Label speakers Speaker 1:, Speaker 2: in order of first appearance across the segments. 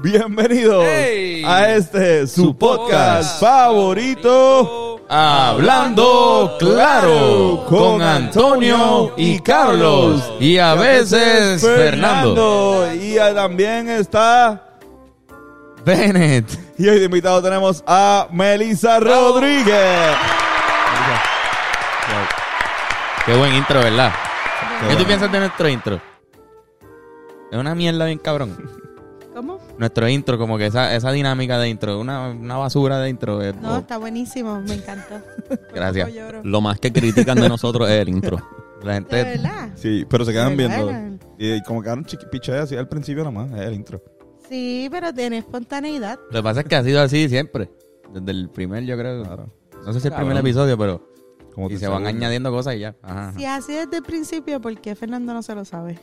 Speaker 1: bienvenidos
Speaker 2: Hey.
Speaker 1: a este su
Speaker 2: Su
Speaker 1: podcast
Speaker 2: podcast
Speaker 1: favorito.
Speaker 3: Hablando claro con Antonio y Carlos y a veces Fernando.
Speaker 1: Y ah, también está.
Speaker 3: Bennett.
Speaker 1: Y hoy de invitado tenemos a Melissa Rodríguez.
Speaker 3: Qué buen intro, ¿verdad? ¿Qué
Speaker 1: bueno.
Speaker 3: tú piensas de nuestro intro? Es una mierda bien cabrón.
Speaker 4: ¿Cómo?
Speaker 3: Nuestro intro, como que esa, esa dinámica de intro, una, una basura de intro. eh, oh, es-
Speaker 1: Oh.
Speaker 4: No, está buenísimo, me encantó. Por
Speaker 3: Gracias.
Speaker 4: poco lloro.
Speaker 2: Lo más que critican de nosotros es el intro.
Speaker 3: La
Speaker 4: De
Speaker 3: gente
Speaker 4: verdad.
Speaker 1: Sí, pero se quedan
Speaker 4: Pero
Speaker 1: viendo.
Speaker 4: bueno.
Speaker 1: Y como quedaron chiqui- pichadas así al principio nomás, es el intro.
Speaker 4: Sí, pero tiene espontaneidad.
Speaker 3: Lo que pasa es que ha sido así siempre. Desde el primer, yo creo.
Speaker 1: Claro.
Speaker 3: No sé si el
Speaker 2: Cabrón.
Speaker 3: primer episodio, pero.
Speaker 1: Como
Speaker 3: Y
Speaker 1: te
Speaker 3: se van
Speaker 1: seguro.
Speaker 3: añadiendo cosas y ya. Ajá, ajá.
Speaker 4: Si así desde el principio, ¿por qué Fernando no se lo sabe?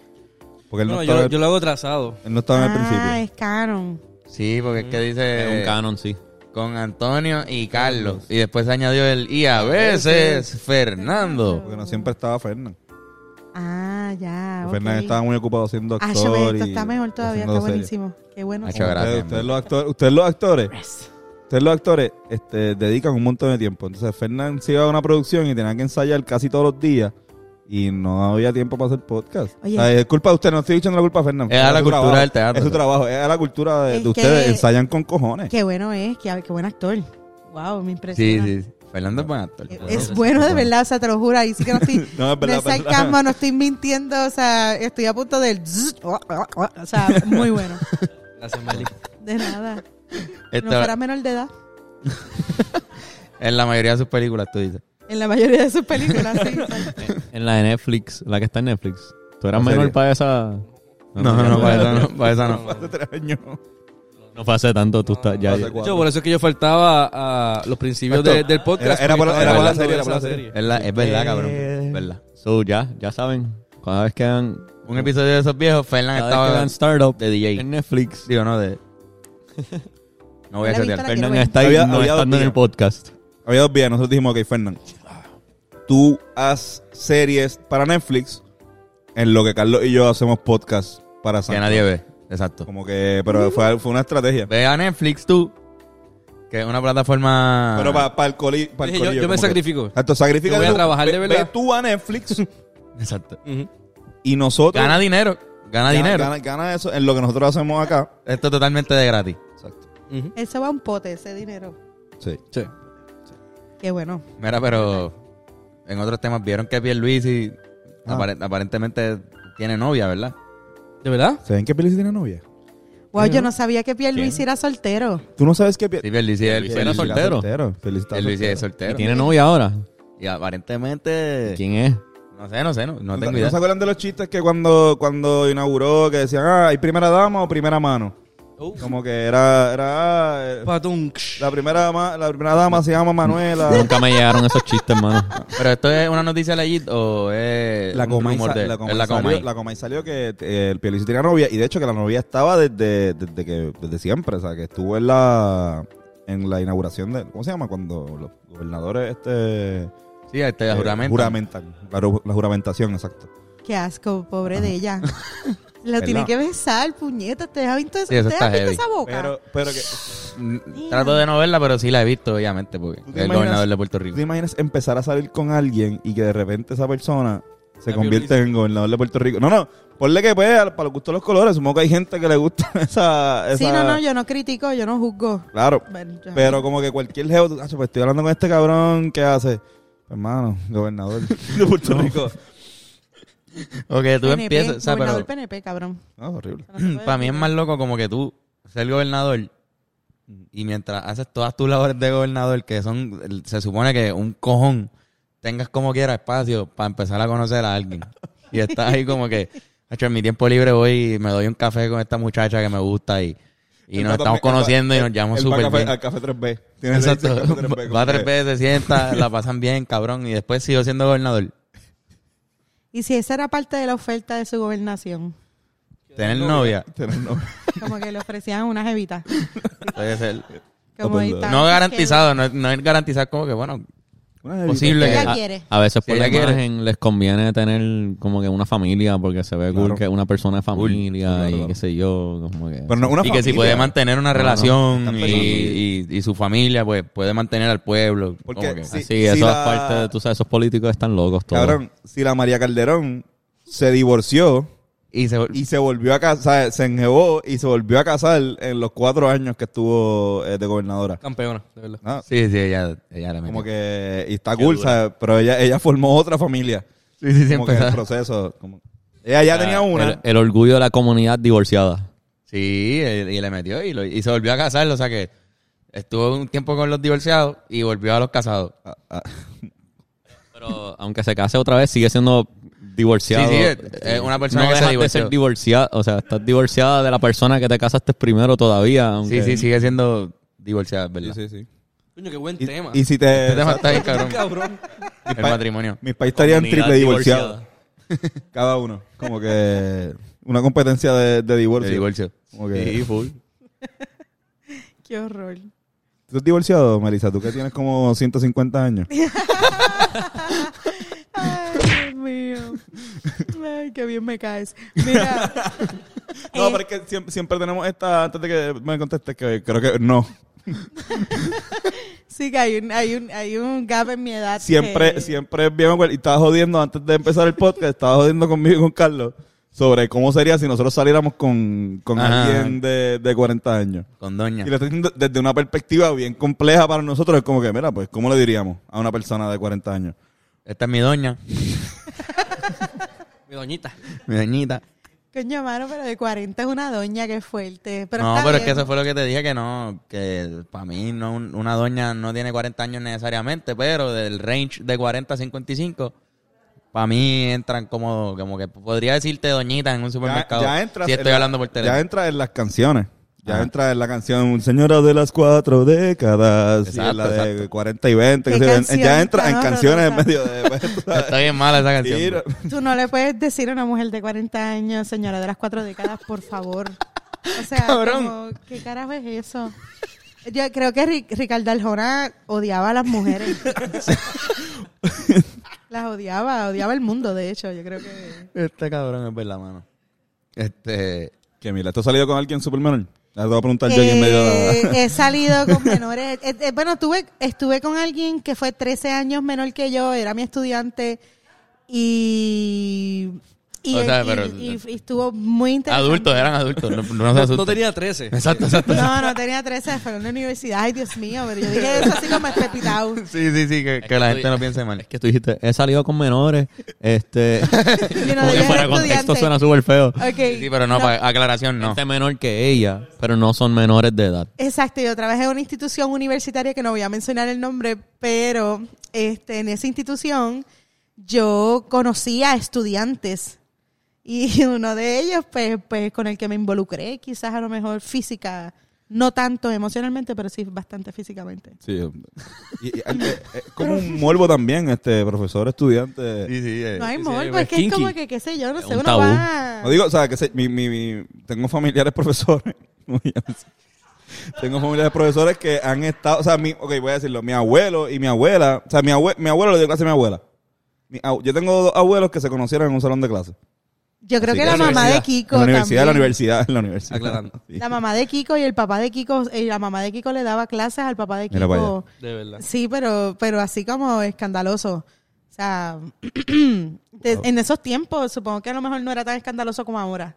Speaker 1: Porque él no,
Speaker 5: No,
Speaker 1: estaba,
Speaker 5: yo, yo lo hago trazado.
Speaker 1: él no estaba en el
Speaker 4: ah,
Speaker 1: principio.
Speaker 4: es canon.
Speaker 3: Sí, porque es que
Speaker 1: Eh,
Speaker 3: dice.
Speaker 2: Es un canon, sí.
Speaker 3: Con Antonio y Carlos. Y después se añadió el. Y a veces Fernando.
Speaker 1: Porque no siempre estaba Fernan.
Speaker 4: Ah, ya. ok.
Speaker 1: Fernan estaba muy ocupado siendo
Speaker 4: Ah,
Speaker 1: actor.
Speaker 4: yo veo, esto
Speaker 1: y
Speaker 4: está mejor todavía,
Speaker 1: haciendo
Speaker 4: está
Speaker 1: series.
Speaker 4: buenísimo. Qué bueno. Oh,
Speaker 3: Hacho,
Speaker 4: saber.
Speaker 3: Gracias,
Speaker 1: Ustedes, ustedes los actores, ustedes los actores, ustedes los actores, este, dedican un montón de tiempo. Entonces Fernán se iba a una producción y tenía que ensayar casi todos los días y no había tiempo para hacer podcast.
Speaker 4: Oye.
Speaker 1: O sea, es culpa de ustedes, no estoy echando la culpa a Fernán.
Speaker 3: Es a la
Speaker 1: su
Speaker 3: cultura
Speaker 1: trabajo,
Speaker 3: del teatro.
Speaker 1: Es su trabajo, es a la cultura de,
Speaker 4: Es
Speaker 1: de ustedes.
Speaker 4: que-
Speaker 1: Ensayan con cojones.
Speaker 4: Qué bueno es, qué, qué buen actor. Wow, me
Speaker 3: Sí,
Speaker 4: impresiona.
Speaker 3: sí.
Speaker 4: Eh,
Speaker 3: sí. Fernando es buen actor.
Speaker 4: Es bueno de verdad, o sea, te lo juro. Ahí sí que no estoy.
Speaker 1: No, es verdad,
Speaker 4: no es
Speaker 1: es verdad.
Speaker 4: sarcasmo, no estoy mintiendo, o sea, estoy a punto del. O sea, muy bueno.
Speaker 5: Gracias, Meli.
Speaker 4: De nada. No
Speaker 3: Esta-
Speaker 4: fuera menor de edad.
Speaker 3: en la mayoría de sus películas, tú dices.
Speaker 4: En la mayoría de sus películas, sí.
Speaker 2: En la de Netflix, la que está en Netflix. Tú eras
Speaker 1: ¿En
Speaker 2: menor
Speaker 1: serio?
Speaker 2: para esa.
Speaker 3: No, no, no, para esa no. Para esa no.
Speaker 1: Hace tres años.
Speaker 2: No fue hace tanto, tú estás ya.
Speaker 1: Hace
Speaker 2: ya.
Speaker 5: De
Speaker 1: cuatro.
Speaker 5: hecho, por eso es que yo faltaba a los principios
Speaker 1: Esto-
Speaker 5: de- del podcast.
Speaker 1: era- era
Speaker 5: porque
Speaker 1: por- era por la
Speaker 5: estaba hablando
Speaker 1: serie,
Speaker 5: de
Speaker 1: era por la
Speaker 5: esa
Speaker 1: serie.
Speaker 3: Es, Eh, la- es verdad, cabrón. Es verdad.
Speaker 2: So, ya, ya saben. Cada vez que dan,
Speaker 3: Un episodio de esos viejos, Fernando
Speaker 2: cada vez que
Speaker 3: estaba.
Speaker 2: dan startup
Speaker 3: de DJ.
Speaker 2: en Netflix,
Speaker 3: Digo, no, de. No voy a
Speaker 4: Hola,
Speaker 3: chatear.
Speaker 4: Víctor.
Speaker 2: Fernán
Speaker 4: ver.
Speaker 2: está ahí
Speaker 1: Había-
Speaker 2: no
Speaker 1: había dos
Speaker 2: estando en
Speaker 1: días.
Speaker 2: el podcast.
Speaker 1: Había dos días, nosotros dijimos, ok, Fernán, tú haz series para Netflix en lo que Carlos y yo hacemos podcast para
Speaker 3: Que
Speaker 1: San
Speaker 3: nadie ve. Exacto.
Speaker 1: Como que, pero fue, fue una estrategia.
Speaker 3: Ve a Netflix tú, que es una plataforma.
Speaker 1: Pero para el coli, pa' el
Speaker 5: Ah. Dije,
Speaker 1: colillo,
Speaker 5: yo- yo me
Speaker 1: como que-
Speaker 5: sacrifico.
Speaker 1: Exacto, sacrifica.
Speaker 5: Yo voy a
Speaker 1: tú.
Speaker 5: trabajar de
Speaker 1: Ve-
Speaker 5: verdad.
Speaker 1: Ve tú a Netflix
Speaker 3: Exacto.
Speaker 5: Ujú.
Speaker 1: y nosotros.
Speaker 3: Gana dinero. Gana, dinero.
Speaker 1: Gana, gana eso en lo que nosotros hacemos acá.
Speaker 3: Esto es totalmente de gratis.
Speaker 1: Exacto.
Speaker 5: Ujú.
Speaker 4: Eso va a un pote, ese dinero.
Speaker 1: Sí.
Speaker 5: Sí.
Speaker 4: Qué bueno.
Speaker 3: Mira, pero en otros temas vieron que Pierluisi
Speaker 1: Ah.
Speaker 3: apare- aparentemente tiene novia, ¿verdad?
Speaker 5: ¿De verdad?
Speaker 1: ¿Saben que Pierluisi tiene novia?
Speaker 4: Wow, yo no sabía que Pierre Luis era soltero.
Speaker 1: Tú no sabes que Pier-
Speaker 3: Sí, Pierluisi, él-
Speaker 2: Pierluisi
Speaker 3: él-
Speaker 2: era
Speaker 3: él-
Speaker 2: soltero.
Speaker 1: Pierluisi está
Speaker 3: Pierluisi
Speaker 1: soltero.
Speaker 3: es
Speaker 2: Y
Speaker 3: soltero.
Speaker 2: tiene novia ahora.
Speaker 3: Y aparentemente...
Speaker 2: ¿Quién es?
Speaker 3: No sé, no sé, no, no
Speaker 1: ¿No
Speaker 3: tengo
Speaker 1: se
Speaker 3: idea.
Speaker 1: acuerdan de los chistes que cuando, cuando inauguró que decían, ah, ¿hay primera dama o primera mano?
Speaker 5: Oh.
Speaker 1: Como que era, era ah, eh,
Speaker 5: Patum.
Speaker 1: la primera dama, la primera dama se llama Manuela.
Speaker 2: Nunca me llegaron esos chistes, hermano.
Speaker 3: Pero esto es una noticia legit o es
Speaker 1: La
Speaker 3: Eh, un
Speaker 1: Comay,
Speaker 3: rumor
Speaker 1: sa-
Speaker 3: de-
Speaker 1: la,
Speaker 3: es
Speaker 1: Comay
Speaker 3: la
Speaker 1: salió,
Speaker 3: Comay.
Speaker 1: la Comay salió que eh, el Pierluisi tenía novia y de hecho que la novia estaba desde, desde que desde siempre, o sea, que estuvo en la en la inauguración de ¿cómo se llama? cuando los gobernadores este
Speaker 3: Sí, este
Speaker 1: eh,
Speaker 3: juramento.
Speaker 1: juramentan, la, ru- la juramentación, exacto.
Speaker 4: Qué asco, pobre de ella. La
Speaker 1: ¿Verdad?
Speaker 4: tiene que besar, puñeta. ¿Te has visto,
Speaker 3: Sí, eso
Speaker 4: ¿Te
Speaker 3: está
Speaker 4: has visto
Speaker 3: heavy.
Speaker 4: esa boca?
Speaker 1: Pero pero que
Speaker 3: Mm, Trato de no verla, pero sí la he visto, obviamente, porque es
Speaker 1: ¿Tú
Speaker 3: el
Speaker 1: te imaginas-
Speaker 3: gobernador de Puerto
Speaker 1: ¿tú
Speaker 3: Rico.
Speaker 1: te imaginas empezar a salir con alguien y que de repente esa persona se
Speaker 5: La
Speaker 1: convierte en gobernador de Puerto Rico? No, no, ponle que pues a- para los gustos de los colores, supongo que hay gente que le gusta esa, esa
Speaker 4: Sí, no, no, yo no critico, yo no juzgo.
Speaker 1: Claro.
Speaker 4: Bueno, yo-
Speaker 1: Pero como que cualquier geo, tú, "Acho, pues estoy hablando con este cabrón, ¿qué hace? Hermano, gobernador de Puerto Rico.
Speaker 3: O que tú
Speaker 4: PNP,
Speaker 3: empiezas, o sea,
Speaker 4: gobernador
Speaker 3: pero
Speaker 4: PNP, cabrón.
Speaker 1: No, es horrible.
Speaker 3: para mí es más loco como que tú ser gobernador y mientras haces todas tus labores de gobernador, que son, se supone que un cojón, tengas como quiera espacio para empezar a conocer a alguien. Y estás ahí como que, hecho, en mi tiempo libre voy y me doy un café con esta muchacha que me gusta y, y
Speaker 1: El
Speaker 3: nos
Speaker 1: vato-
Speaker 3: estamos
Speaker 1: el-
Speaker 3: conociendo y nos
Speaker 1: el-
Speaker 3: llevamos
Speaker 1: el va
Speaker 3: súper
Speaker 1: café-
Speaker 3: bien.
Speaker 1: Al café 3B. Tiene el
Speaker 3: Exacto.
Speaker 1: café 3B, como
Speaker 3: Va
Speaker 1: que-
Speaker 3: tres veces, se sienta, la pasan bien, cabrón, y después sigo siendo gobernador.
Speaker 4: Y si esa era parte de la oferta de su gobernación,
Speaker 3: Tener novia.
Speaker 1: Tiene un nombre.
Speaker 4: como que le ofrecían unas evitas.
Speaker 3: puede ser.
Speaker 4: Como ahí
Speaker 1: No
Speaker 4: está-
Speaker 3: pues, No garantizado, no, no es garantizar como que, bueno,
Speaker 1: Una jevita.
Speaker 3: Posible
Speaker 4: Ella
Speaker 3: que.
Speaker 4: quiere.
Speaker 2: A veces
Speaker 3: Si
Speaker 2: por la
Speaker 3: ella quiere.
Speaker 2: imagen les conviene tener como que una familia porque se ve
Speaker 1: Claro.
Speaker 2: cool que una persona de familia
Speaker 1: Claro,
Speaker 2: y
Speaker 1: claro.
Speaker 2: qué sé yo, como que...
Speaker 1: Pero no, una
Speaker 3: y que si
Speaker 1: familia.
Speaker 3: puede mantener una
Speaker 2: no,
Speaker 3: relación
Speaker 1: están
Speaker 3: y,
Speaker 1: pensando.
Speaker 3: y- y su familia, pues puede mantener al pueblo.
Speaker 1: Porque
Speaker 3: como que-
Speaker 1: si-
Speaker 2: Así,
Speaker 1: si
Speaker 2: eso
Speaker 1: la-
Speaker 2: aparte, de- tú sabes, esos políticos están locos todos.
Speaker 1: Cabrón, si la María Calderón se divorció
Speaker 3: Y se-
Speaker 1: y se volvió a casar, se enjevó y se volvió a casar en los cuatro años que estuvo eh, de gobernadora.
Speaker 5: Campeona, de verdad.
Speaker 1: Ah,
Speaker 3: sí, sí, ella, ella la
Speaker 1: como
Speaker 3: metió.
Speaker 1: que y está cool, ¿sabes? pero ella, ella formó otra familia.
Speaker 3: Sí, sí, Ah, sí,
Speaker 1: como que el
Speaker 3: empezaba.
Speaker 1: proceso. como- Ella ya tenía una.
Speaker 2: El, el orgullo de la comunidad divorciada.
Speaker 3: Sí, él- y le metió y, lo- y se volvió a casar. O sea que estuvo un tiempo con los divorciados y volvió a los casados.
Speaker 1: Ah, ah,
Speaker 2: Pero aunque se case otra vez, sigue siendo divorciado.
Speaker 3: Sí, sí, es- es una persona
Speaker 2: No
Speaker 3: que se
Speaker 2: dejas de
Speaker 3: divorció.
Speaker 2: ser divorciada, o sea, estás divorciada de la persona que te casaste primero todavía. aunque-
Speaker 3: Sí, sí, sigue siendo divorciada, es ¿verdad?
Speaker 1: sí, sí, sí.
Speaker 5: Coño, qué buen
Speaker 1: Y,
Speaker 5: tema.
Speaker 1: y si te.
Speaker 3: Este tema está bien, cabrón.
Speaker 5: Cabrón.
Speaker 3: El matrimonio.
Speaker 1: Mis países estarían
Speaker 2: Comunidad
Speaker 1: triple
Speaker 2: divorciada.
Speaker 1: divorciados. Cada uno. Como que. Una competencia de, de divorcio.
Speaker 3: El divorcio.
Speaker 1: Como que-
Speaker 4: Qué horror.
Speaker 1: ¿Tú estás divorciado, Marisa? Tú que tienes como 150 años.
Speaker 4: Ay, Dios mío. Ay, qué bien me caes. Mira.
Speaker 1: No,
Speaker 4: eh,
Speaker 1: pero es que siempre, siempre tenemos esta. Antes de que me contestes, que creo que no.
Speaker 4: Sí, que hay un, hay un, hay un gap en mi edad.
Speaker 1: Siempre,
Speaker 4: que-
Speaker 1: siempre es bien. acuer- Y estaba jodiendo antes de empezar el podcast. Estaba jodiendo conmigo y con Carlos sobre cómo sería si nosotros saliéramos con, con
Speaker 3: Ajá.
Speaker 1: alguien de, de 40 años.
Speaker 3: Con doña.
Speaker 1: Y lo estoy diciendo desde una perspectiva bien compleja para nosotros. Es como que, mira, pues, ¿cómo le diríamos a una persona de 40 años?
Speaker 3: Esta es mi doña,
Speaker 5: Mi doñita.
Speaker 3: mi doñita.
Speaker 4: Coño, mano, pero de 40 es una doña que es fuerte. Pero
Speaker 3: no,
Speaker 4: está
Speaker 3: pero es que
Speaker 4: bien.
Speaker 3: eso fue lo que te dije que no, que para mí no, un- una doña no tiene 40 años necesariamente, pero del range de 40 a 55, para mí entran como, como que podría decirte doñita en un supermercado. si
Speaker 1: en
Speaker 3: estoy
Speaker 1: la-
Speaker 3: hablando por teléfono.
Speaker 1: Ya entras en las canciones. Ya
Speaker 3: Ajá.
Speaker 1: entras en la canción Señora de las cuatro décadas. y
Speaker 3: Exacto,
Speaker 1: la de
Speaker 3: exacto.
Speaker 1: 40 y 20.
Speaker 4: ¿Qué
Speaker 1: que sé yo. En-
Speaker 4: canción?
Speaker 1: ya entras en
Speaker 4: Cabrón,
Speaker 1: canciones en
Speaker 4: Rosa.
Speaker 1: medio de. pues, tú sabes,
Speaker 3: Está bien mala esa canción.
Speaker 1: tiro.
Speaker 4: Tú no le puedes decir a una mujer de 40 años, señora de las cuatro décadas, por favor. O sea,
Speaker 3: Cabrón.
Speaker 4: como, ¿qué carajo es eso? Yo creo que Ri- Ricardo Arjona odiaba a las mujeres. las odiaba, odiaba el mundo, de hecho. Yo creo que...
Speaker 3: Este cabrón es verdad, mano. Este,
Speaker 1: Que mira, ¿tú has salido con alguien super menor? Ahora te voy a preguntar yo aquí en medio de la-
Speaker 4: Eh, he salido con menores. Eh, eh, bueno, tuve, estuve con alguien que fue 13 años menor que yo, era mi estudiante y... Y,
Speaker 3: O sea,
Speaker 4: y-
Speaker 3: pero-
Speaker 4: y- y estuvo muy interesante.
Speaker 3: adultos, eran adultos. No, no se
Speaker 5: No,
Speaker 3: asusten.
Speaker 5: tenía 13.
Speaker 3: Exacto, exacto.
Speaker 4: No, no tenía 13, fue en la universidad. Ay, Dios mío, pero yo dije eso así como espepitado.
Speaker 3: Sí, sí, sí, que, que la gente no piense mal.
Speaker 2: Es que tú dijiste, he salido con menores, este...
Speaker 4: Y no
Speaker 2: como que
Speaker 4: debía
Speaker 2: fuera
Speaker 4: ser
Speaker 2: contexto
Speaker 4: estudiante.
Speaker 2: suena súper feo.
Speaker 4: Ok.
Speaker 3: Sí, sí, pero no, pa- aclaración no.
Speaker 2: Gente menor que ella, pero no son menores de edad.
Speaker 4: Exacto, yo trabajé en una institución universitaria que no voy a mencionar el nombre, pero este, en esa institución yo conocía a estudiantes y uno de ellos, pues, pues con el que me involucré, quizás a lo mejor física, no tanto emocionalmente, pero sí bastante físicamente.
Speaker 1: Sí. Y- y hay que- es como un morbo también, este profesor, estudiante.
Speaker 3: Sí, sí, eh.
Speaker 4: No hay
Speaker 5: sí,
Speaker 4: morbo,
Speaker 5: es
Speaker 4: es que es como
Speaker 5: kinky.
Speaker 4: que, qué sé yo, no
Speaker 2: Es
Speaker 4: sé,
Speaker 2: un
Speaker 4: uno
Speaker 2: tabú.
Speaker 4: va...
Speaker 1: No digo, o sea, que se- mi- mi- mi- tengo familiares profesores. tengo familiares profesores que han estado, o sea, mi, ok, voy a decirlo, mi abuelo y mi abuela, o sea, mi, abue- mi abuelo le dio clase a mi abuela. Mi abu- yo tengo dos abuelos que se conocieron en un salón de clase.
Speaker 4: Yo creo
Speaker 1: Sí,
Speaker 4: que
Speaker 1: en la
Speaker 4: la mamá de
Speaker 5: universidad.
Speaker 4: Kiko
Speaker 1: En la universidad, en la
Speaker 4: también.
Speaker 1: universidad, en la universidad.
Speaker 5: Aclarando.
Speaker 1: Sí.
Speaker 4: La mamá de Kiko y el papá de Kiko, eh, la mamá de Kiko le daba clases al papá de
Speaker 1: Mira para
Speaker 4: Kiko.
Speaker 5: De verdad.
Speaker 4: Sí, pero, pero así como escandaloso. O sea, de- en esos tiempos supongo que a lo mejor no era tan escandaloso como ahora.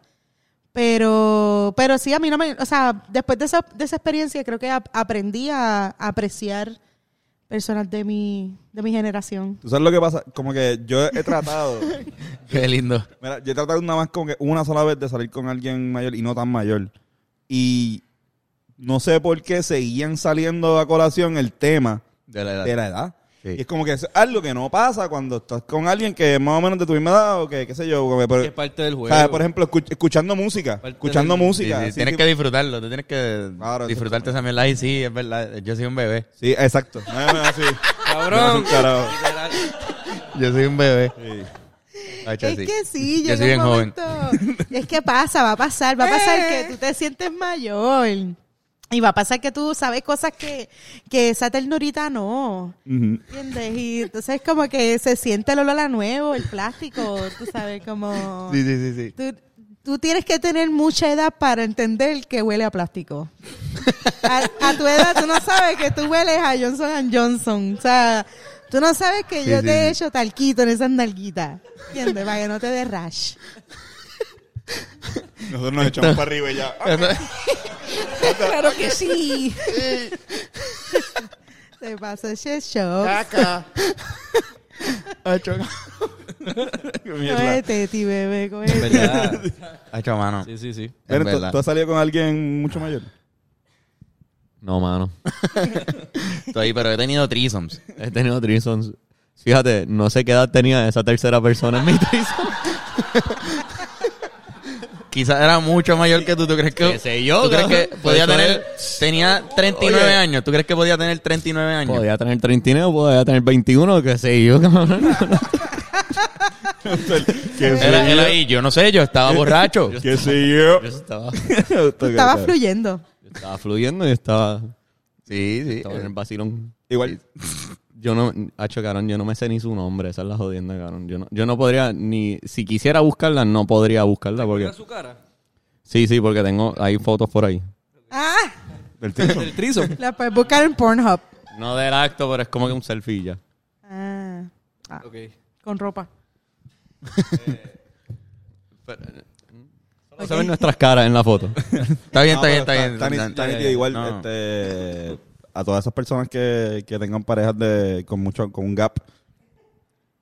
Speaker 4: Pero, pero sí, a mí no me... O sea, después de esa, de esa experiencia creo que ap- aprendí a, apreciar personas de mi, de mi generación.
Speaker 1: Tú sabes lo que pasa, como que yo he tratado,
Speaker 3: Qué lindo.
Speaker 1: mira, yo he tratado nada más como que una sola vez de salir con alguien mayor y no tan mayor. Y no sé por qué seguían saliendo a colación el tema
Speaker 3: De la edad.
Speaker 1: de la edad.
Speaker 3: Sí.
Speaker 1: Y es como que es algo que no pasa cuando estás con alguien que es más o menos de tu misma edad o que, qué sé yo. como que por,
Speaker 5: Es parte del juego.
Speaker 1: ¿sabes? Ah, por ejemplo, escuch- escuchando música.
Speaker 5: Parte
Speaker 1: escuchando
Speaker 5: del-
Speaker 1: música.
Speaker 3: Sí, sí,
Speaker 1: sí,
Speaker 3: tienes
Speaker 1: sí.
Speaker 3: que disfrutarlo, tú tienes que
Speaker 1: Claro,
Speaker 3: disfrutarte esa mierda. Ay, sí, es verdad, yo soy un bebé.
Speaker 1: Sí, exacto. No, no, sí. Yo
Speaker 5: Cabrón.
Speaker 1: no soy un carajo.
Speaker 3: Yo soy un bebé. Hacho,
Speaker 4: Es
Speaker 3: sí.
Speaker 4: que sí,
Speaker 3: Yo
Speaker 4: llega
Speaker 3: soy bien
Speaker 4: un
Speaker 3: joven.
Speaker 4: momento. Es que pasa, va a pasar, va a pasar que tú te sientes mayor. Y va a pasar que tú sabes cosas que, que esa ternurita no.
Speaker 1: Ujú.
Speaker 4: ¿Entiendes? Y entonces como que se siente el olor a nuevo, el plástico, tú sabes, como...
Speaker 3: Sí, sí, sí, sí.
Speaker 4: Tú, tú tienes que tener mucha edad para entender que huele a plástico. A, a tu edad tú no sabes que tú hueles a Johnson and Johnson. O sea, tú no sabes que
Speaker 3: Sí,
Speaker 4: yo
Speaker 3: sí,
Speaker 4: te he
Speaker 3: sí.
Speaker 4: hecho talquito en esas nalguitas. ¿Entiendes? Para que no te dé rash.
Speaker 1: Nosotros nos echamos para arriba y ya.
Speaker 4: claro que sí. Se pasa ese show.
Speaker 3: Ah,
Speaker 4: Cógete, ti bebé, cógete.
Speaker 5: ¿Verdad?
Speaker 3: Ha hecho mano.
Speaker 5: Sí, sí, sí.
Speaker 1: Pero,
Speaker 3: Es
Speaker 1: ¿tú,
Speaker 3: verdad.
Speaker 1: tú has salido con alguien mucho mayor?
Speaker 2: No, mano.
Speaker 3: Estoy ahí, pero he tenido threesomes.
Speaker 2: He tenido threesomes. Fíjate, no sé qué edad tenía esa tercera persona en mi threesome.
Speaker 3: Quizás era mucho mayor que tú. ¿Tú crees que,
Speaker 2: Qué sé yo,
Speaker 3: ¿tú crees
Speaker 2: cabrón.
Speaker 3: que podía
Speaker 2: Pues,
Speaker 3: tener... Tenía 39
Speaker 2: Oye.
Speaker 3: años. ¿Tú crees que podía tener 39 años?
Speaker 2: Podía tener 39, podía tener 21, qué sé yo, cabrón.
Speaker 1: que
Speaker 3: Era, era ahí, yo no sé, yo estaba borracho.
Speaker 1: que sí, yo.
Speaker 2: Yo estaba,
Speaker 4: Tú estabas fluyendo.
Speaker 2: yo estaba fluyendo y estaba,
Speaker 3: Sí, sí.
Speaker 2: estaba en el vacilón.
Speaker 1: Igual,
Speaker 2: Yo no, hacho, cabrón, yo no me sé ni su nombre, esa es la jodienda, cabrón. Yo no, yo no podría, ni, si quisiera buscarla, no podría buscarla, porque,
Speaker 5: ¿Era su cara?
Speaker 2: sí, sí, porque tengo, hay fotos por ahí.
Speaker 4: Ah,
Speaker 1: del tipo.
Speaker 5: ¿Del trizo?
Speaker 4: la puedes buscar en Pornhub.
Speaker 2: No del acto, pero es como que un selfie y ya.
Speaker 4: Ah, ah,
Speaker 5: ok.
Speaker 4: con ropa.
Speaker 2: Solo se ven nuestras caras en la foto.
Speaker 3: Está bien,
Speaker 1: No,
Speaker 3: está bien,
Speaker 1: pero
Speaker 3: está bien.
Speaker 1: está ni- está nítido. Igual,
Speaker 3: No.
Speaker 1: este, a todas esas personas que, que tengan parejas de, con mucho, con un gap.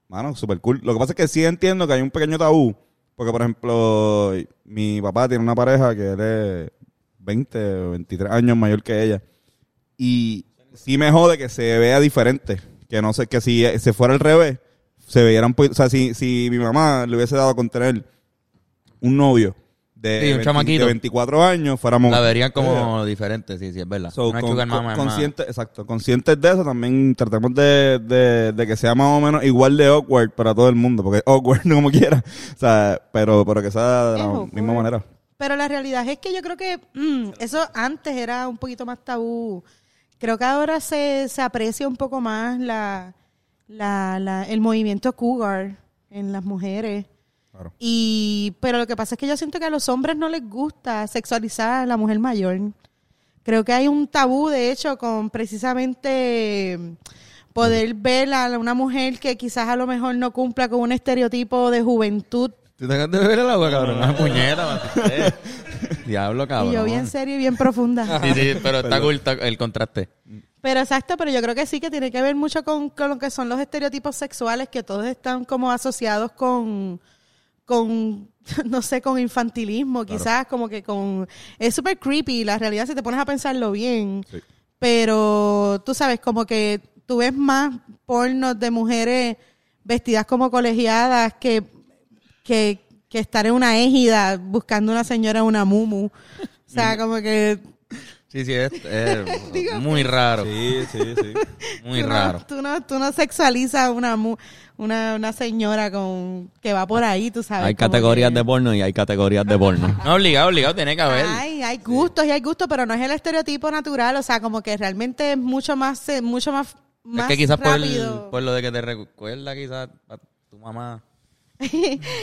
Speaker 1: Mano, super cool. Lo que pasa es que sí entiendo que hay un pequeño tabú. Porque, por ejemplo, mi papá tiene una pareja que él es 20 o 23 años mayor que ella. Y sí me jode que se vea diferente. Que no sé, que si eh, se fuera al revés, se vieran... O sea, si, si mi mamá le hubiese dado con tener un novio de,
Speaker 3: Sí, un
Speaker 1: 20
Speaker 3: chamaquito.
Speaker 1: de 24 años, fuéramos...
Speaker 3: La verían como diferente, sí, sí, es verdad.
Speaker 1: So,
Speaker 3: Una
Speaker 1: con-
Speaker 3: sugar
Speaker 1: con-
Speaker 3: mama es más-
Speaker 1: consciente- exacto, conscientes de eso también tratemos de, de- de que sea más o menos igual de awkward para todo el mundo, porque awkward no como quiera, o sea, pero, pero que sea de la
Speaker 4: Es awkward.
Speaker 1: misma manera.
Speaker 4: Pero la realidad es que yo creo que mm, eso antes era un poquito más tabú. Creo que ahora se, se aprecia un poco más la, la- la- el movimiento cougar en las mujeres.
Speaker 1: Claro.
Speaker 4: Y, pero lo que pasa es que yo siento que a los hombres no les gusta sexualizar a la mujer mayor. Creo que hay un tabú, de hecho, con precisamente poder ver a una mujer que quizás a lo mejor no cumpla con un estereotipo de juventud
Speaker 3: ¿Tú te acabas de beber el agua, cabrón? Una puñeta, mate. Diablo, cabrón.
Speaker 4: Y yo bien serio y bien profunda.
Speaker 3: Sí, sí, pero está cool está- el contraste.
Speaker 4: Pero exacto, pero yo creo que sí que tiene que ver mucho con, con lo que son los estereotipos sexuales que todos están como asociados con, con no sé, con infantilismo, quizás como que con... Es súper creepy, la realidad si te pones a pensarlo bien.
Speaker 1: Sí.
Speaker 4: Pero tú sabes, como que tú ves más pornos de mujeres vestidas como colegiadas que, que, que estar en una égida buscando una señora, una mumu. O sea, como que
Speaker 3: Sí, sí, es, es muy raro.
Speaker 1: Sí, sí, sí.
Speaker 3: Muy
Speaker 4: tú pues. no-
Speaker 3: raro.
Speaker 4: tú, no, tú no sexualizas una, mu- una, una señora con que va por ahí, tú sabes.
Speaker 2: Hay
Speaker 4: como
Speaker 2: categorías
Speaker 4: que-
Speaker 2: de porno y hay categorías de porno.
Speaker 3: No, obligado, obligado, tiene que haber.
Speaker 4: Ay, hay gustos y hay gustos, pero no es el estereotipo natural, o sea, como que realmente es mucho más, eh, mucho más,
Speaker 3: es
Speaker 4: más
Speaker 3: que quizás por, el-
Speaker 4: rápido.
Speaker 3: por lo de que te recuerda quizás a tu mamá.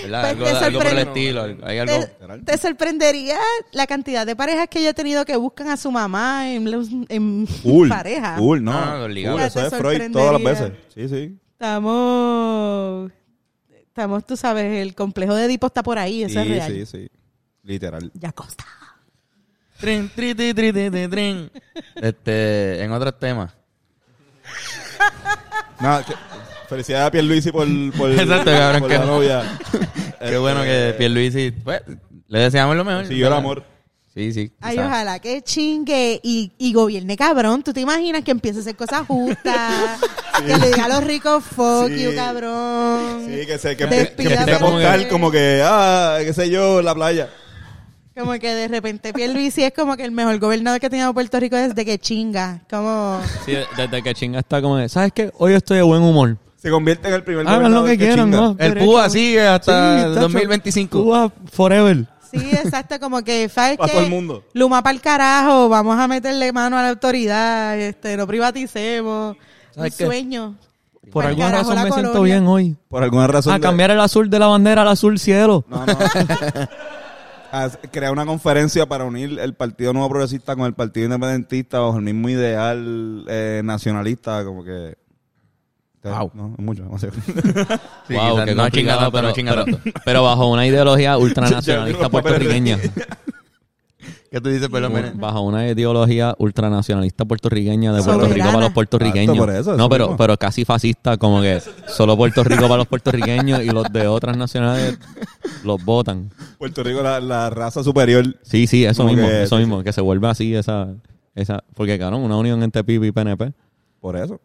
Speaker 3: ¿Verdad?
Speaker 4: Pues
Speaker 3: algo,
Speaker 4: te
Speaker 3: algo por el
Speaker 4: sorprende-
Speaker 3: estilo. algo- Hay algo.
Speaker 4: Te, te sorprendería la cantidad de parejas que yo he tenido que buscan a su mamá en, los- en
Speaker 1: Cool.
Speaker 4: pareja.
Speaker 1: Cool, no.
Speaker 3: No, no, obligado.
Speaker 1: Cool, eso
Speaker 4: Te
Speaker 1: es Freud todas las veces.
Speaker 4: sorprendería.
Speaker 1: Sí, sí.
Speaker 4: Estamos, estamos, tú sabes, el complejo de Edipo está por ahí, eso es
Speaker 1: Sí,
Speaker 4: real.
Speaker 1: sí, sí. Literal.
Speaker 4: Ya costa.
Speaker 3: Trin, tri, tri, tri, tri, tri, trin. Este, en otros temas.
Speaker 1: Nada, que- felicidades a Pierluisi por, por,
Speaker 3: Exacto, cabrón,
Speaker 1: por
Speaker 3: que
Speaker 1: la
Speaker 3: no.
Speaker 1: novia. Este,
Speaker 3: Qué bueno que Pierluisi, pues, le deseamos lo mejor.
Speaker 1: Siguió el amor.
Speaker 3: Sí, sí.
Speaker 4: Ay,
Speaker 3: quizás.
Speaker 4: ojalá que chingue y, y gobierne cabrón. ¿Tú te imaginas que empiece a hacer cosas justas? Que le diga a los ricos fuck
Speaker 1: Sí.
Speaker 4: you, cabrón.
Speaker 1: Sí, que se que,
Speaker 4: Despídate
Speaker 1: que empiece a
Speaker 4: de la
Speaker 1: postar
Speaker 4: mujer.
Speaker 1: como que, ah, qué sé yo, la playa.
Speaker 4: Como que de repente Pierluisi es como que el mejor gobernador que ha tenido Puerto Rico desde que chinga. Como...
Speaker 2: Sí, desde que chinga está como de, ¿sabes qué? Hoy estoy de buen humor.
Speaker 1: Se convierte en el primer
Speaker 2: Hagan lo
Speaker 1: gobernador
Speaker 2: que quieran,
Speaker 1: chinga.
Speaker 2: ¿no?
Speaker 3: El Cuba sigue hasta
Speaker 2: Sí,
Speaker 3: el
Speaker 2: tacho,
Speaker 3: 2025.
Speaker 2: Cuba forever.
Speaker 4: Sí, exacto, como que, ¿sabes
Speaker 1: Para
Speaker 4: qué?
Speaker 1: todo el mundo.
Speaker 4: Luma para el carajo, vamos a meterle mano a la autoridad, este, no privaticemos. Un
Speaker 6: ¿Sabes qué?
Speaker 4: sueño.
Speaker 6: Por
Speaker 4: Pa'l
Speaker 6: alguna
Speaker 4: carajo
Speaker 6: razón
Speaker 4: la
Speaker 6: me siento
Speaker 4: colonia.
Speaker 6: bien hoy.
Speaker 1: Por alguna razón.
Speaker 6: A
Speaker 1: de-
Speaker 6: cambiar el azul de la bandera al azul cielo.
Speaker 1: No, no. A crear una conferencia para unir el Partido Nuevo Progresista con el Partido Independentista bajo el mismo ideal eh, nacionalista, como que...
Speaker 3: Wow.
Speaker 1: No, es mucho, demasiado.
Speaker 3: Sí,
Speaker 2: Wow,
Speaker 3: quizás
Speaker 2: qué
Speaker 3: no
Speaker 2: complicado,
Speaker 3: chinga tanto,
Speaker 2: pero,
Speaker 3: no chinga
Speaker 2: pero-
Speaker 3: tanto.
Speaker 2: pero bajo una ideología
Speaker 1: Ya,
Speaker 2: ultranacionalista
Speaker 1: ya,
Speaker 2: puertorriqueña.
Speaker 3: ¿Qué tú dices, Pelo Menes?
Speaker 2: bajo una ideología ultranacionalista puertorriqueña de Puerto
Speaker 4: Soberana.
Speaker 2: Rico para los
Speaker 1: Exacto,
Speaker 2: puertorriqueños.
Speaker 1: por eso, eso
Speaker 2: no, pero,
Speaker 1: mismo.
Speaker 2: pero casi fascista, como que solo Puerto Rico para los puertorriqueños y los de otras nacionalidades los votan.
Speaker 1: Puerto Rico, la, la raza superior.
Speaker 2: Sí, sí, eso
Speaker 1: Como
Speaker 2: mismo,
Speaker 1: que-
Speaker 2: eso
Speaker 1: sí,
Speaker 2: mismo, que se vuelva así esa, esa, porque claro, una unión entre PIB y PNP.
Speaker 1: Por eso.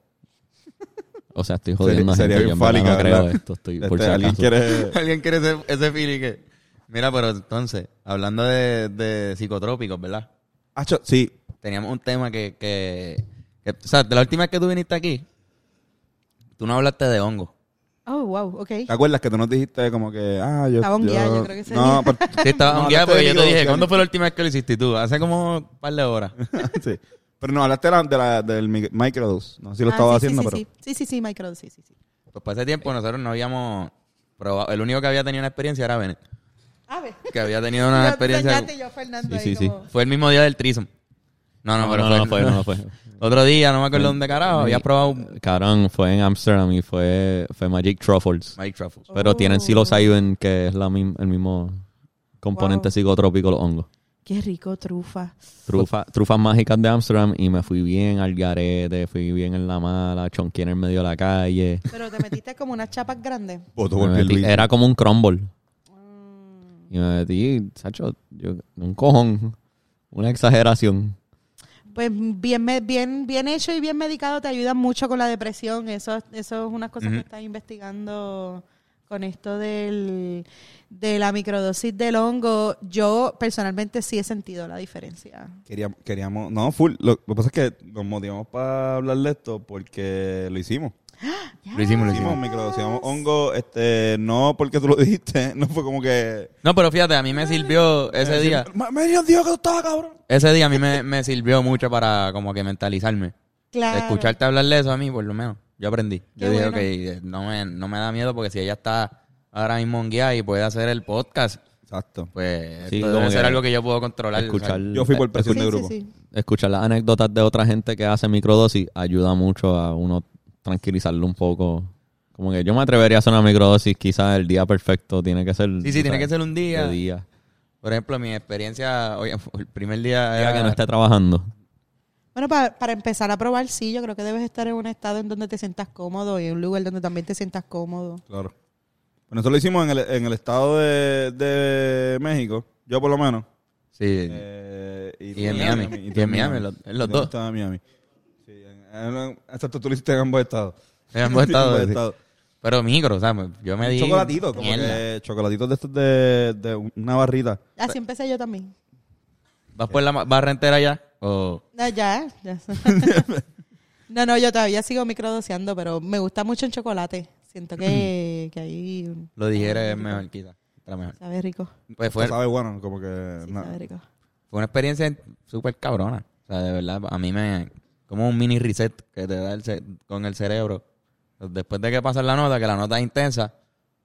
Speaker 2: O sea, estoy
Speaker 1: Sería-
Speaker 2: jodiendo a
Speaker 1: sería
Speaker 2: gente,
Speaker 1: bien
Speaker 2: yo en verdad
Speaker 1: fálica,
Speaker 2: no creo
Speaker 1: ¿verdad?
Speaker 2: esto, estoy
Speaker 1: Este,
Speaker 2: por si
Speaker 1: ¿Alguien
Speaker 2: acaso.
Speaker 1: quiere...?
Speaker 3: Alguien quiere ese, ese feeling que... Mira, pero entonces, hablando de, de psicotrópicos, ¿verdad?
Speaker 1: Acho, sí.
Speaker 3: Teníamos un tema que, que, que- O sea, de la última vez que tú viniste aquí, tú no hablaste de hongo.
Speaker 4: Oh, wow, ok.
Speaker 1: ¿Te acuerdas que tú nos dijiste como que... Ah, yo,
Speaker 4: Estaba un guía, yo creo que ese
Speaker 1: No,
Speaker 4: día.
Speaker 1: pero-
Speaker 3: Sí, estaba
Speaker 1: No,
Speaker 3: un guía
Speaker 1: hablaste
Speaker 3: porque
Speaker 1: de
Speaker 3: yo te dije,
Speaker 1: biología.
Speaker 3: ¿cuándo fue la última vez que lo hiciste Y tú? Hace como un par de horas.
Speaker 1: sí. Pero no, hablaste de la, de la- del mi- microdose. No sé si lo
Speaker 4: Ah,
Speaker 1: estaba
Speaker 4: sí, sí,
Speaker 1: haciendo,
Speaker 4: sí,
Speaker 1: pero...
Speaker 4: sí, sí, sí, sí, Micro, sí, sí, sí.
Speaker 3: Pues para ese tiempo nosotros no habíamos probado. El único que había tenido una experiencia era Benet.
Speaker 4: A ver.
Speaker 3: Que había tenido una
Speaker 4: Yo-
Speaker 3: experiencia.
Speaker 4: soñaste y yo, Fernando,
Speaker 2: Sí,
Speaker 4: ahí
Speaker 2: sí,
Speaker 4: como-
Speaker 3: Fue el mismo día del trisom. No, no,
Speaker 2: No,
Speaker 3: pero
Speaker 2: no, no fue, no fue.
Speaker 3: Otro día, no me acuerdo dónde carajo. Había probado un-
Speaker 2: Cabrón, fue en Amsterdam y fue, fue Magic Truffles.
Speaker 3: Mike Truffles.
Speaker 2: Pero
Speaker 4: Oh.
Speaker 2: tienen psilocybin, que es la mim- el mismo componente
Speaker 4: Wow.
Speaker 2: psicotrópico, los hongos.
Speaker 4: Qué rico, trufa.
Speaker 2: Trufa- trufas mágicas de Amsterdam y me fui bien al garete, fui bien en la mala, chonqué en el medio de la calle.
Speaker 4: Pero te metiste como unas chapas grandes.
Speaker 1: Voto
Speaker 2: Me
Speaker 1: por
Speaker 2: metí-
Speaker 1: Pierluisi.
Speaker 2: era como un crumble.
Speaker 3: Mm.
Speaker 2: Y me metí, sacho, yo- un cojón, una exageración.
Speaker 4: Pues bien, me- bien, bien hecho y bien medicado te ayuda mucho con la depresión. Eso, eso es unas cosas que están investigando con esto del, de la microdosis del hongo. Yo personalmente sí he sentido la diferencia.
Speaker 1: Queríamos, queríamos, no, full. Lo, lo que pasa es que nos motivamos para hablar de esto porque lo hicimos.
Speaker 3: Lo hicimos, lo
Speaker 1: Lo hicimos,
Speaker 3: hicimos.
Speaker 1: microdoseamos hongo, este, no porque tú lo dijiste, no fue como que...
Speaker 3: No, pero fíjate, a mí
Speaker 4: Ah.
Speaker 3: me sirvió
Speaker 2: Eh,
Speaker 3: ese día.
Speaker 1: Ma- Me dio Dios que tú estabas, cabrón.
Speaker 3: Ese día a mí me, me sirvió mucho para como que mentalizarme.
Speaker 4: Claro.
Speaker 3: Escucharte hablar de eso a mí, por lo menos. Yo aprendí. Yo
Speaker 4: Qué
Speaker 3: digo
Speaker 4: bueno.
Speaker 3: que eh, no me, no me da miedo porque si ella está ahora mismo en guía y puede hacer el podcast,
Speaker 1: Exacto.
Speaker 3: pues
Speaker 2: Sí,
Speaker 3: esto
Speaker 2: como
Speaker 3: debe ser
Speaker 2: que
Speaker 3: algo que yo puedo controlar.
Speaker 2: Escuchar,
Speaker 3: o
Speaker 1: Yo fui por
Speaker 4: Sí,
Speaker 1: presión de
Speaker 4: sí,
Speaker 1: grupo.
Speaker 4: sí.
Speaker 2: escuchar las anécdotas de otra gente que hace microdosis ayuda mucho a uno tranquilizarlo un poco. Como que yo me atrevería a hacer una microdosis, quizás el día perfecto tiene que ser.
Speaker 3: sea, sí, sí, tiene
Speaker 2: ¿sabes?
Speaker 3: que ser un día.
Speaker 2: de día.
Speaker 3: Por ejemplo, mi experiencia, oye, el primer día
Speaker 2: Diga
Speaker 3: era
Speaker 2: que no esté trabajando.
Speaker 4: Bueno, pa- para empezar a probar, sí, yo creo que debes estar en un estado en donde te sientas cómodo y en un lugar donde también te sientas cómodo.
Speaker 1: Claro. Bueno, nosotros lo hicimos en el, en el estado de, de México, yo por lo menos.
Speaker 3: Sí.
Speaker 1: Eh,
Speaker 3: Y en Miami.
Speaker 1: tú
Speaker 3: Y en Miami, los- en los
Speaker 1: Yo
Speaker 3: dos.
Speaker 1: Estaba en Miami. Sí, en- en- exacto, tú lo hiciste en ambos estados.
Speaker 3: En ambos estados, sí.
Speaker 1: estados.
Speaker 3: Pero micro, o sea, yo me di...
Speaker 1: Chocolatitos, como
Speaker 3: Mierda.
Speaker 1: que chocolatitos de estos de, de una barrita.
Speaker 4: Así empecé yo también.
Speaker 3: ¿Vas por la ma- barra entera ya? O...
Speaker 4: No, ya, ya. no, no, yo todavía sigo microdoseando, pero me gusta mucho el chocolate. Siento
Speaker 3: Mm.
Speaker 4: que, que ahí un-
Speaker 3: Lo dijeres mejor, quizás. Era mejor.
Speaker 4: sabe rico.
Speaker 3: Pues
Speaker 1: Fue,
Speaker 3: fue,
Speaker 1: sabe bueno, como que...
Speaker 4: Sí,
Speaker 1: no.
Speaker 4: sabe rico.
Speaker 3: fue una experiencia súper cabrona. O sea, de verdad, a mí me... Como un mini reset que te da el ce- con el cerebro. Después de que pasas la nota, que la nota es intensa,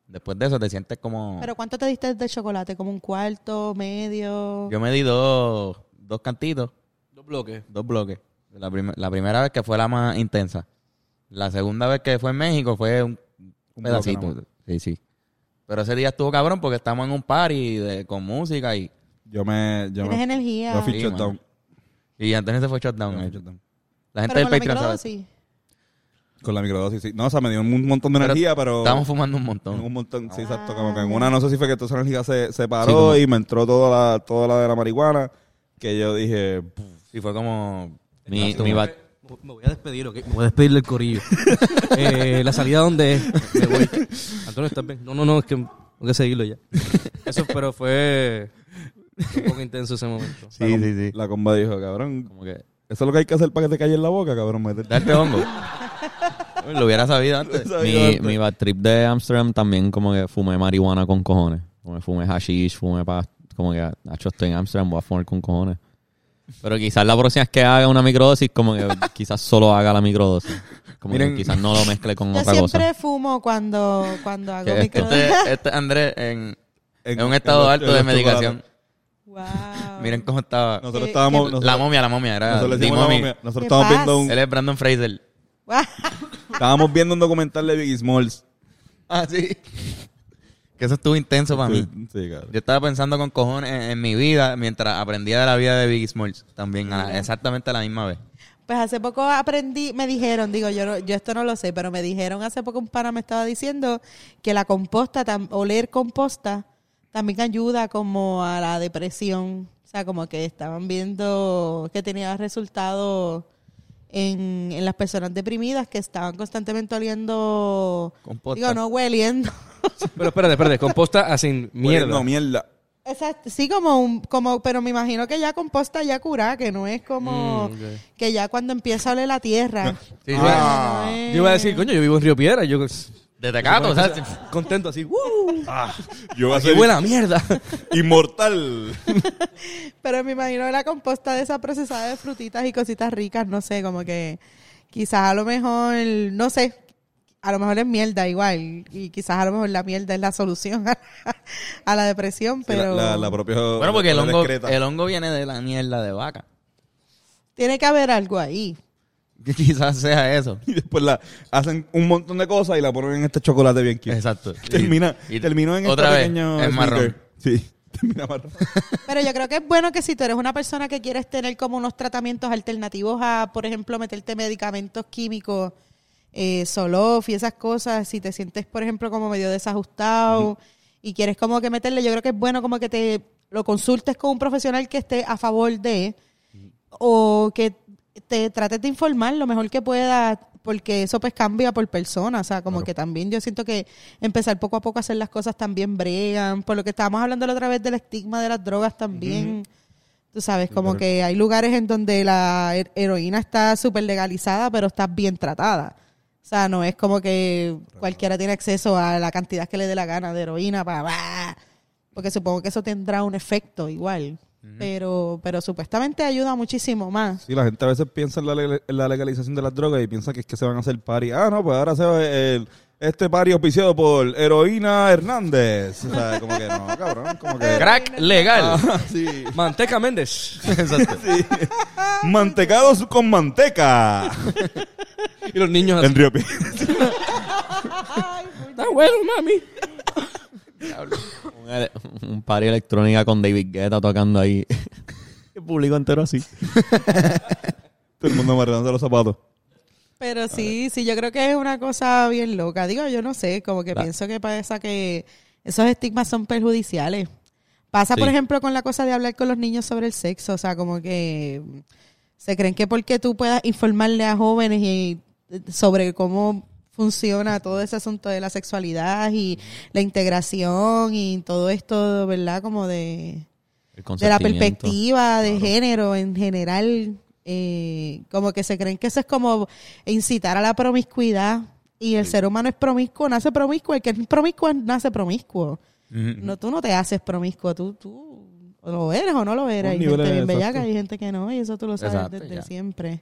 Speaker 3: después de eso te sientes como...
Speaker 4: Pero ¿cuánto te diste de chocolate? ¿Como un cuarto, medio?
Speaker 3: Yo me di dos, dos cantitos,
Speaker 5: Dos bloques.
Speaker 3: dos bloques. La, prim- la primera vez que fue la más intensa. La segunda vez que fue en México fue un,
Speaker 1: Un bloque
Speaker 3: pedacito.
Speaker 1: nada
Speaker 3: Sí, sí. Pero ese día estuvo cabrón porque estamos en un party de- con música y...
Speaker 1: Yo me... Yo
Speaker 4: Tienes
Speaker 1: me
Speaker 4: energía.
Speaker 1: yo fui
Speaker 3: Sí,
Speaker 1: shut
Speaker 3: mano.
Speaker 1: down.
Speaker 3: Y Antonio se fue shutdown.
Speaker 1: Yo
Speaker 3: eh.
Speaker 1: fui shut down.
Speaker 3: La gente
Speaker 4: pero
Speaker 3: del
Speaker 4: con la
Speaker 3: Patreon sabe.
Speaker 4: microdosis.
Speaker 1: Con la microdosis, sí. No, o sea, me dio un montón de
Speaker 3: Pero
Speaker 1: energía, pero...
Speaker 3: Estábamos fumando un montón.
Speaker 1: un montón, sí,
Speaker 4: Ah.
Speaker 1: exacto. Como que en una, no sé si fue que toda esa energía se, se paró
Speaker 2: Sí, como-
Speaker 1: y me entró toda la, toda la de la marihuana, que yo dije... "Puf,
Speaker 3: Sí, fue como...
Speaker 2: Mi, mi bat-
Speaker 5: Me voy a despedir, ¿ok? Me voy a despedir del corillo. Eh, la salida dónde es. Me voy. Antonio, ¿estás bien? No, no, no, es que tengo que seguirlo ya. Eso, pero fue un poco intenso ese momento.
Speaker 1: la com- La comba dijo, cabrón,
Speaker 3: Como que...
Speaker 1: eso es lo que hay que hacer para que te calle en la boca, cabrón. Meterte.
Speaker 3: Darte hongo. Lo hubiera sabido antes.
Speaker 2: mi, mi bad trip de Amsterdam también como que fumé marihuana con cojones. Como que fumé hashish, fumé pa- como que, hecho estoy en Amsterdam, voy a fumar con cojones. Pero quizás la próxima vez que haga una microdosis, como que quizás solo haga la microdosis. Como
Speaker 3: Miren.
Speaker 2: que quizás no lo mezcle con
Speaker 4: Yo
Speaker 2: otra
Speaker 4: siempre
Speaker 2: cosa.
Speaker 4: fumo cuando, cuando hago
Speaker 2: ¿Qué es esto?
Speaker 4: micro...
Speaker 3: Este, este Andrés en,
Speaker 1: En-
Speaker 3: en un estado
Speaker 1: en los-
Speaker 3: alto
Speaker 1: en
Speaker 3: de
Speaker 1: los
Speaker 3: medicación.
Speaker 1: chocolates.
Speaker 4: Wow.
Speaker 3: Miren cómo estaba.
Speaker 1: Nosotros
Speaker 4: Que-
Speaker 1: estábamos.
Speaker 4: que-
Speaker 1: nosotros-
Speaker 3: la ah, momia, la momia, era
Speaker 1: Nosotros le
Speaker 3: mi
Speaker 1: decimos la
Speaker 3: mommy.
Speaker 1: momia. Nosotros
Speaker 4: Eh, ¿Qué
Speaker 1: estábamos
Speaker 4: pasa?
Speaker 1: viendo, un,
Speaker 3: Él es Brandon Fraser.
Speaker 4: Wow.
Speaker 1: estábamos viendo un documental de Biggie Smalls.
Speaker 3: Ah, sí. Que eso estuvo intenso para mí.
Speaker 1: Sí, cabrón.
Speaker 3: Yo estaba pensando con cojones en, en mi vida mientras aprendía de la vida de Biggie Smalls. También, a la- exactamente a la misma vez.
Speaker 4: Pues hace poco aprendí, me dijeron, digo, yo, no- yo esto no lo sé, pero me dijeron hace poco un pana me estaba diciendo que la composta, tam- oler composta, también ayuda como a la depresión. O sea, como que estaban viendo que tenía resultados en, en las personas deprimidas que estaban constantemente oliendo,
Speaker 3: Composta.
Speaker 4: digo, no hueliendo.
Speaker 5: Pero espérate, espérate. Composta así, mierda.
Speaker 1: No, mierda.
Speaker 4: Exacto, sí, como un, como, pero me imagino que ya composta ya curada, que no es como
Speaker 5: Mm, ok.
Speaker 4: que ya cuando empieza a oler la tierra.
Speaker 5: Sí,
Speaker 4: Ah,
Speaker 5: yo iba-
Speaker 4: no es-
Speaker 5: Yo iba a decir, coño, yo vivo en Río Piedra. Yo
Speaker 3: De Tecato, ¿sabes?
Speaker 5: contento así. ¡Uh!
Speaker 1: Yo voy a
Speaker 5: ¡Qué
Speaker 1: ser
Speaker 5: buena mierda!
Speaker 1: inmortal.
Speaker 4: Pero me imagino la composta de esa procesada de frutitas y cositas ricas, no sé, como que quizás a lo mejor, no sé, a lo mejor es mierda igual, y quizás a lo mejor la mierda es la solución a, la depresión,
Speaker 1: Sí, la-
Speaker 4: pero
Speaker 1: la, la propia.
Speaker 3: Bueno, porque el
Speaker 1: la
Speaker 3: hongo,
Speaker 1: excreta.
Speaker 3: el hongo viene de la mierda de vaca.
Speaker 4: tiene que haber algo ahí.
Speaker 3: Que Quizás sea eso.
Speaker 1: Y después la hacen un montón de cosas y la ponen en este chocolate bien quieto.
Speaker 3: Exacto. Y-
Speaker 1: Termina,
Speaker 3: y-
Speaker 1: terminó en
Speaker 3: otra
Speaker 1: este
Speaker 3: vez,
Speaker 1: pequeño.
Speaker 3: en marrón.
Speaker 1: sneaker. Sí, termina marrón.
Speaker 4: Pero yo creo que es bueno que si tú eres una persona que quieres tener como unos tratamientos alternativos a, por ejemplo, meterte medicamentos químicos, eh, Solof y esas cosas, si te sientes, por ejemplo, como medio desajustado y quieres como que meterle, yo creo que es bueno como que te lo consultes con un profesional que esté a favor de o que te trates de informar lo mejor que puedas porque eso pues cambia por persona, o sea, como que también yo siento que empezar poco a poco a hacer las cosas también bregan, por lo que estábamos hablando la otra vez del estigma de las drogas también. Tú sabes, como que hay lugares en donde la her- heroína está súper legalizada, pero está bien tratada. O sea, no es como que cualquiera tiene acceso a la cantidad que le dé la gana de heroína, pa, pa. porque supongo que eso tendrá un efecto igual. pero, pero supuestamente ayuda muchísimo más.
Speaker 1: Sí, la gente a veces piensa en la, legal- en la legalización de las drogas y piensa que es que se van a hacer party. Ah, no, pues ahora se va el, este party auspiciado por Heroína Hernández. O sea, como que no, cabrón, como que...
Speaker 3: Crack legal.
Speaker 1: Eh, Ah, sí.
Speaker 5: Manteca Méndez.
Speaker 1: Mantecados con manteca.
Speaker 5: Y los niños así.
Speaker 1: En Río Piedra.
Speaker 5: Está bueno, mami.
Speaker 2: Un, ele- un party electrónica con David Guetta tocando ahí. El público entero así.
Speaker 1: Todo el mundo amarrando los zapatos.
Speaker 4: Pero sí, sí, yo creo que es una cosa bien loca. Digo, yo no sé, como que
Speaker 2: La-
Speaker 4: pienso que pasa que esos estigmas son perjudiciales. Pasa, por
Speaker 2: Sí.
Speaker 4: ejemplo, con la cosa de hablar con los niños sobre el sexo, o sea, como que se creen que porque tú puedas informarle a jóvenes y eh, sobre cómo funciona todo ese asunto de la sexualidad y la integración y todo esto, ¿verdad? Como de
Speaker 2: El
Speaker 4: de la
Speaker 2: consentimiento.
Speaker 4: perspectiva de género en general, eh, como que se creen que eso es como incitar a la promiscuidad. Y el ser humano es promiscuo, nace promiscuo. El que es promiscuo nace promiscuo.
Speaker 1: Mm-hmm.
Speaker 4: No, tú no te haces promiscuo, tú, tú o lo eres o no lo
Speaker 1: Un
Speaker 4: eres. Hay
Speaker 1: nivel
Speaker 4: gente bien
Speaker 1: exacto.
Speaker 4: bellaca, hay gente que no, y eso tú lo sabes
Speaker 3: Exacto,
Speaker 4: desde
Speaker 3: ya.
Speaker 4: siempre.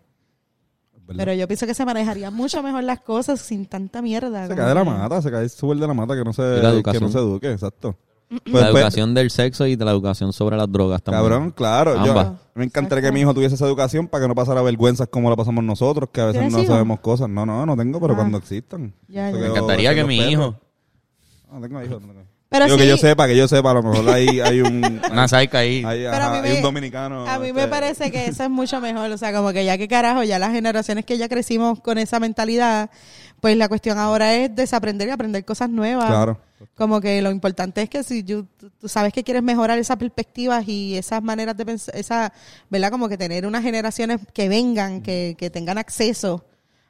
Speaker 4: Pero yo pienso que se manejarían mucho mejor las cosas sin tanta mierda.
Speaker 1: Se
Speaker 4: como
Speaker 1: cae de la
Speaker 4: que-
Speaker 1: mata, se cae súper de la mata que no se,
Speaker 2: la
Speaker 1: que
Speaker 2: educación.
Speaker 1: no se eduque, exacto. Pues,
Speaker 2: La
Speaker 1: pues,
Speaker 2: educación del sexo y de la educación sobre las drogas también.
Speaker 1: Cabrón, claro. Yo,
Speaker 2: Ambas.
Speaker 1: me encantaría que mi hijo tuviese esa educación para que no pasara vergüenzas como la pasamos nosotros, que a veces
Speaker 4: ¿Tienes
Speaker 1: no
Speaker 4: hijos?
Speaker 1: sabemos cosas. No, no, no tengo, pero
Speaker 4: Ah.
Speaker 1: cuando existan.
Speaker 4: Ya, ya.
Speaker 1: Porque
Speaker 3: Me encantaría
Speaker 1: ahora
Speaker 3: que
Speaker 1: son
Speaker 3: mi
Speaker 1: los perros.
Speaker 3: hijo,
Speaker 1: No, tengo hijos. No tengo.
Speaker 4: Pero
Speaker 1: Digo que
Speaker 4: sí-
Speaker 1: yo sepa, que yo sepa, a lo mejor hay, hay un...
Speaker 3: una saica ahí.
Speaker 1: hay,
Speaker 4: Pero
Speaker 1: ajá,
Speaker 4: a mí
Speaker 1: hay
Speaker 4: me-
Speaker 1: un dominicano.
Speaker 4: A mí
Speaker 1: este,
Speaker 4: me parece que eso es mucho mejor, o sea, como que ya que carajo, ya las generaciones que ya crecimos con esa mentalidad, pues la cuestión ahora es desaprender y aprender cosas nuevas.
Speaker 1: Claro.
Speaker 4: Como que lo importante es que si yo- tú tú sabes que quieres mejorar esas perspectivas y esas maneras de pensar, esa, ¿verdad? Como que tener unas generaciones que vengan, que, que tengan acceso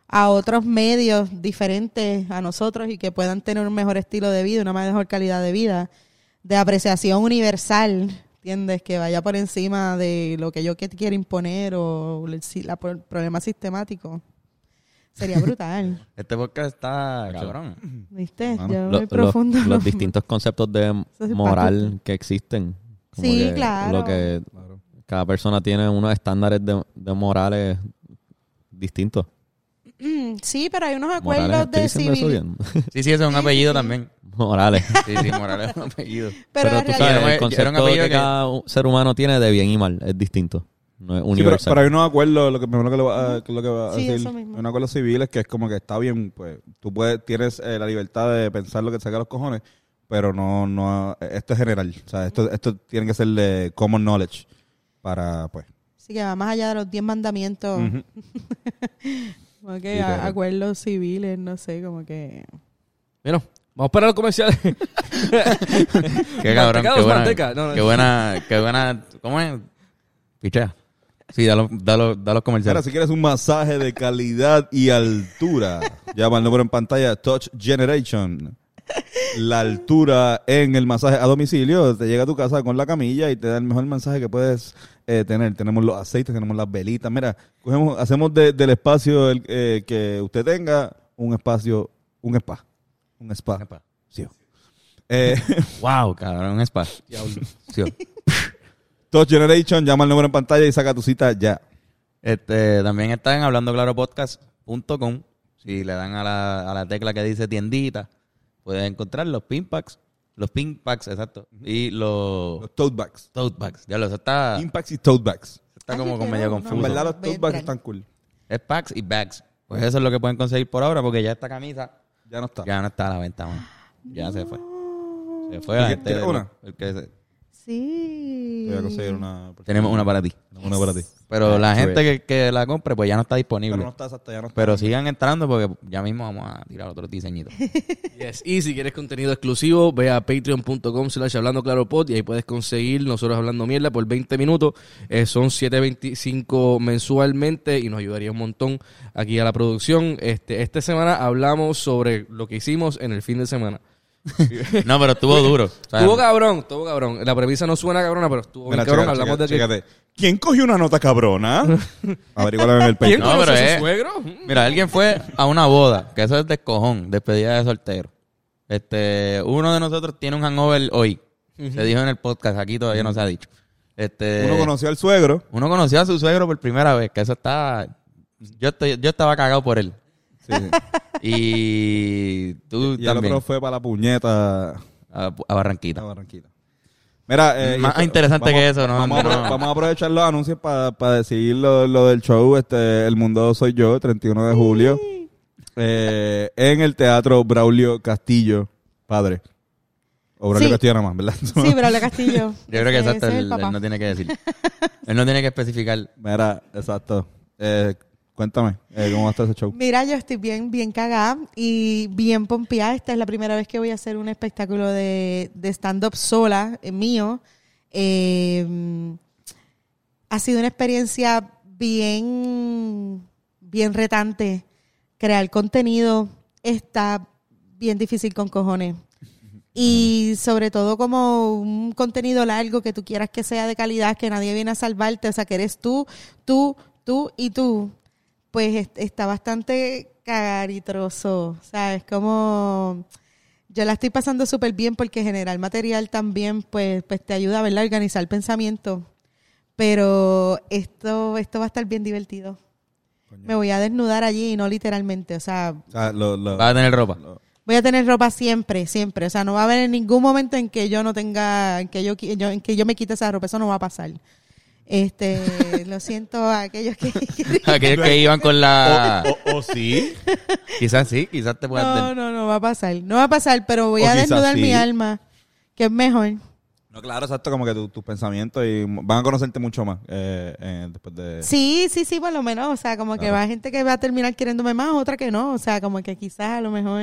Speaker 4: a otros medios diferentes a nosotros y que puedan tener un mejor estilo de vida, una mejor calidad de vida, de apreciación universal, ¿entiendes? Que vaya por encima de lo que yo que- quiero imponer o el si- la- el problema sistemático. Sería brutal,
Speaker 3: Este podcast está cabrón.
Speaker 4: ¿viste?
Speaker 1: Mano,
Speaker 4: yo
Speaker 2: Lo-
Speaker 4: me
Speaker 2: los-
Speaker 4: profundo.
Speaker 2: los,
Speaker 4: no-
Speaker 2: distintos conceptos de
Speaker 4: es
Speaker 2: moral
Speaker 4: patético.
Speaker 2: que existen. Como
Speaker 4: Sí,
Speaker 2: que
Speaker 4: claro.
Speaker 2: Lo que
Speaker 1: Claro.
Speaker 2: cada persona tiene unos estándares de, de morales distintos.
Speaker 4: Mm, Sí, pero hay unos
Speaker 2: Morales,
Speaker 4: acuerdos
Speaker 2: ¿estoy
Speaker 4: de
Speaker 2: diciendo eso
Speaker 4: civil.
Speaker 2: bien?
Speaker 3: Sí, sí, eso es un apellido también.
Speaker 2: morales.
Speaker 3: Sí, sí, Morales es un apellido.
Speaker 4: Pero,
Speaker 2: Pero
Speaker 4: en
Speaker 2: tú
Speaker 4: realidad-
Speaker 2: sabes,
Speaker 3: Era un-
Speaker 2: el
Speaker 3: era un
Speaker 2: concepto
Speaker 3: apellido
Speaker 2: que
Speaker 3: que-
Speaker 2: cada u- ser humano tiene de bien y mal es distinto. No es
Speaker 1: Sí, pero,
Speaker 2: universal.
Speaker 1: pero hay unos acuerdos, lo que primero que le va a, que es lo que va a
Speaker 4: Sí, eso
Speaker 1: decir,
Speaker 4: mismo.
Speaker 1: hay unos acuerdos civiles que es como que está bien, pues tú puedes, tienes eh, la libertad de pensar lo que te saca los cojones, pero no, no, esto es general, o sea, esto, esto tiene que ser de common knowledge para, pues,
Speaker 4: Sí, que va más allá de los 10 mandamientos.
Speaker 1: ujú.
Speaker 4: Como que
Speaker 1: Literal.
Speaker 4: a- acuerdos civiles, no sé, como que.
Speaker 5: Bueno, vamos para los comerciales.
Speaker 3: Qué cabrón, qué
Speaker 5: Mantecados,
Speaker 3: buena,
Speaker 5: manteca. No, no.
Speaker 3: qué buena, qué buena, ¿cómo es? Pichea. Sí, da los, da los, da los
Speaker 1: Mira,
Speaker 3: comerciales.
Speaker 1: si quieres un masaje de calidad y altura, llama al número en pantalla Touch Generation. La altura en el masaje a domicilio te llega a tu casa con la camilla y te da el mejor masaje que puedes eh, tener. Tenemos los aceites, tenemos las velitas. Mira, cogemos- hacemos de- del espacio el- eh, que usted tenga un espacio, un spa. Un spa. Sí. Eh,
Speaker 3: Wow, cabrón, un spa. Sí.
Speaker 1: Touch Generation, llama al número en pantalla y saca tu cita ya.
Speaker 3: Este, también está en hablandoclaropodcast.com. Si le dan a la, a la tecla que dice tiendita, puedes encontrar los pin packs, los pin packs, exacto, y los
Speaker 1: Los tote bags.
Speaker 3: tote bags. Ya lo, eso está,
Speaker 1: Impacts y tote bags.
Speaker 3: está
Speaker 4: Ay,
Speaker 3: como
Speaker 4: yo
Speaker 3: con
Speaker 4: quiero
Speaker 3: medio
Speaker 4: uno.
Speaker 1: En
Speaker 3: confuso.
Speaker 1: verdad los
Speaker 4: Voy a
Speaker 1: tote bags
Speaker 4: entrar.
Speaker 1: están cool.
Speaker 3: Es packs y bags. Pues eso es lo que pueden conseguir por ahora, porque ya esta camisa
Speaker 1: Ya no está.
Speaker 3: ya no está a la venta, man. Ya se fue. Se Eh, fue
Speaker 1: ¿Y
Speaker 3: la
Speaker 1: qué-
Speaker 3: gente.
Speaker 1: tienes
Speaker 3: de-
Speaker 1: una?
Speaker 3: el que se-
Speaker 4: Sí.
Speaker 1: Te voy a conseguir una.
Speaker 3: tenemos una para ti.
Speaker 1: Una para ti.
Speaker 3: Pero la gente que, que la compre, pues ya no está
Speaker 1: Pero no
Speaker 3: disponible.
Speaker 1: está exacta, ya no está.
Speaker 3: Pero sigan entrando porque ya mismo vamos a tirar otros diseñitos.
Speaker 5: Yes. Y si quieres contenido exclusivo, ve a patreon.com slash hablando claro pod y ahí puedes conseguir nosotros hablando mierda por 20 minutos. Eh, son 7.25 mensualmente y nos ayudaría un montón aquí a la producción. Este, esta semana hablamos sobre lo que hicimos en el fin de semana.
Speaker 3: No, pero estuvo duro. O sea,
Speaker 5: Estuvo cabrón, estuvo cabrón. La premisa no suena cabrona, pero estuvo bien
Speaker 1: Mira,
Speaker 5: cabrón.
Speaker 1: chécate,
Speaker 5: Hablamos de que...
Speaker 1: chécate, chécate. ¿Quién cogió una nota cabrona? Averígualo en el
Speaker 5: ¿Quién
Speaker 1: pecho.
Speaker 3: No,
Speaker 5: conoce
Speaker 3: pero
Speaker 5: a su
Speaker 3: es-
Speaker 5: suegro?
Speaker 3: Mira, alguien fue a una boda, que eso es de cojón, despedida de soltero. Este, uno de nosotros tiene un hangover hoy. Se dijo en el podcast, aquí todavía no se ha dicho. Este,
Speaker 1: Uno conoció al suegro.
Speaker 3: uno conoció a su suegro por primera vez, que eso estaba... Yo, estoy- yo estaba cagado por él.
Speaker 1: Sí, sí.
Speaker 3: Y tú
Speaker 1: Y el
Speaker 3: también.
Speaker 1: otro fue para la puñeta
Speaker 3: A, a
Speaker 1: a
Speaker 3: Barranquita.
Speaker 1: Barranquita. Mira, eh, y
Speaker 3: Más
Speaker 1: esto-
Speaker 3: interesante que eso, ¿no?
Speaker 1: Vamos, a,
Speaker 3: No.
Speaker 1: apro- vamos a aprovechar los anuncios para decir lo, lo del show. Este, el mundo soy yo, 31 de julio. eh, en el teatro Braulio Castillo, padre. O Braulio
Speaker 4: Sí.
Speaker 1: Castillo nada más, ¿verdad?
Speaker 4: Sí, pero el Castillo.
Speaker 3: Yo creo que
Speaker 4: Ese-
Speaker 3: exacto,
Speaker 4: ese es
Speaker 3: él, él no tiene que decir. él no tiene que especificar.
Speaker 1: Mira, exacto. Eh, cuéntame, eh, ¿cómo va a estar ese show?
Speaker 4: Mira, yo estoy bien, bien cagada y bien pompeada. Esta es la primera vez que voy a hacer un espectáculo de, de stand-up sola, eh, mío. Eh, ha sido una experiencia bien, bien retante. Crear contenido está bien difícil con cojones. Y sobre todo como un contenido largo que tú quieras que sea de calidad, que nadie viene a salvarte, o sea, que eres tú, tú, tú y tú, pues es- está bastante cagaritroso, ¿sabes? Como yo la estoy pasando súper bien porque generar material también, pues, pues te ayuda, ¿verdad? A organizar el pensamiento. Pero esto, esto va a estar bien divertido. Me voy a desnudar allí, y no literalmente, o sea,
Speaker 1: O sea, lo- lo-
Speaker 3: Va a tener ropa.
Speaker 4: voy a tener ropa siempre, siempre. O sea, no va a haber en ningún momento en que yo no tenga, en que yo, qui- yo- en que yo me quite esa ropa. Eso no va a pasar. Este, lo siento a aquellos que...
Speaker 3: Aquellos que iban con la...
Speaker 1: o sí.
Speaker 3: Quizás sí, quizás te puedan...
Speaker 4: no, no, no va a pasar. No va a pasar, pero voy
Speaker 1: O
Speaker 4: a
Speaker 1: quizás
Speaker 4: desnudar
Speaker 1: sí.
Speaker 4: mi alma, que es mejor.
Speaker 1: No, claro, exacto, como que tu- tus pensamientos y van a conocerte mucho más eh, eh, después de...
Speaker 4: Sí, sí, sí, por lo menos. O sea, como que
Speaker 1: Claro.
Speaker 4: va gente que va a terminar queriéndome más, otra que no. O sea, como que quizás a lo mejor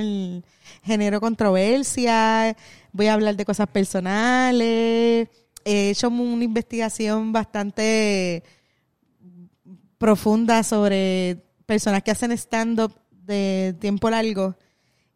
Speaker 4: genero controversia, voy a hablar de cosas personales. He hecho mu- una investigación bastante profunda sobre personas que hacen stand-up de tiempo largo.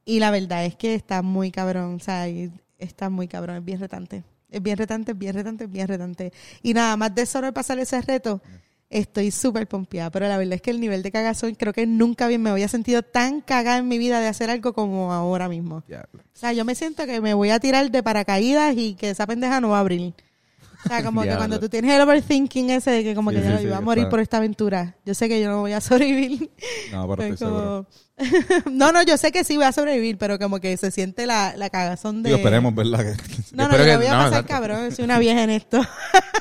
Speaker 4: Y la verdad es que está muy cabrón, o sea, y está muy cabrón, es bien retante. Es bien retante, es bien retante, es bien retante. Y nada más de sobrepasar ese reto, estoy súper pompeada. Pero la verdad es que el nivel de cagazón, creo que nunca bien me había sentido tan cagada en mi vida de hacer algo como ahora mismo. O sea, yo me siento que me voy a tirar de paracaídas y que esa pendeja no va a abrir. O sea, como que
Speaker 2: Diablo.
Speaker 4: cuando tú tienes el overthinking ese de que como
Speaker 1: Sí,
Speaker 4: que
Speaker 1: sí,
Speaker 4: yo no
Speaker 1: sí,
Speaker 4: yo voy a
Speaker 1: está.
Speaker 4: morir por esta aventura. Yo sé que yo no voy a sobrevivir.
Speaker 1: No, pero
Speaker 4: Pero
Speaker 1: estoy seguro.
Speaker 4: como- no, no, yo sé que sí voy a sobrevivir, pero como que se siente la, la cagazón de...
Speaker 1: Digo, esperemos, ¿verdad? Que-
Speaker 4: No,
Speaker 3: Yo
Speaker 4: no,
Speaker 3: espero
Speaker 4: yo
Speaker 3: que-
Speaker 4: la voy a
Speaker 3: no,
Speaker 4: pasar
Speaker 3: exacto.
Speaker 4: cabrón, soy una vieja en esto.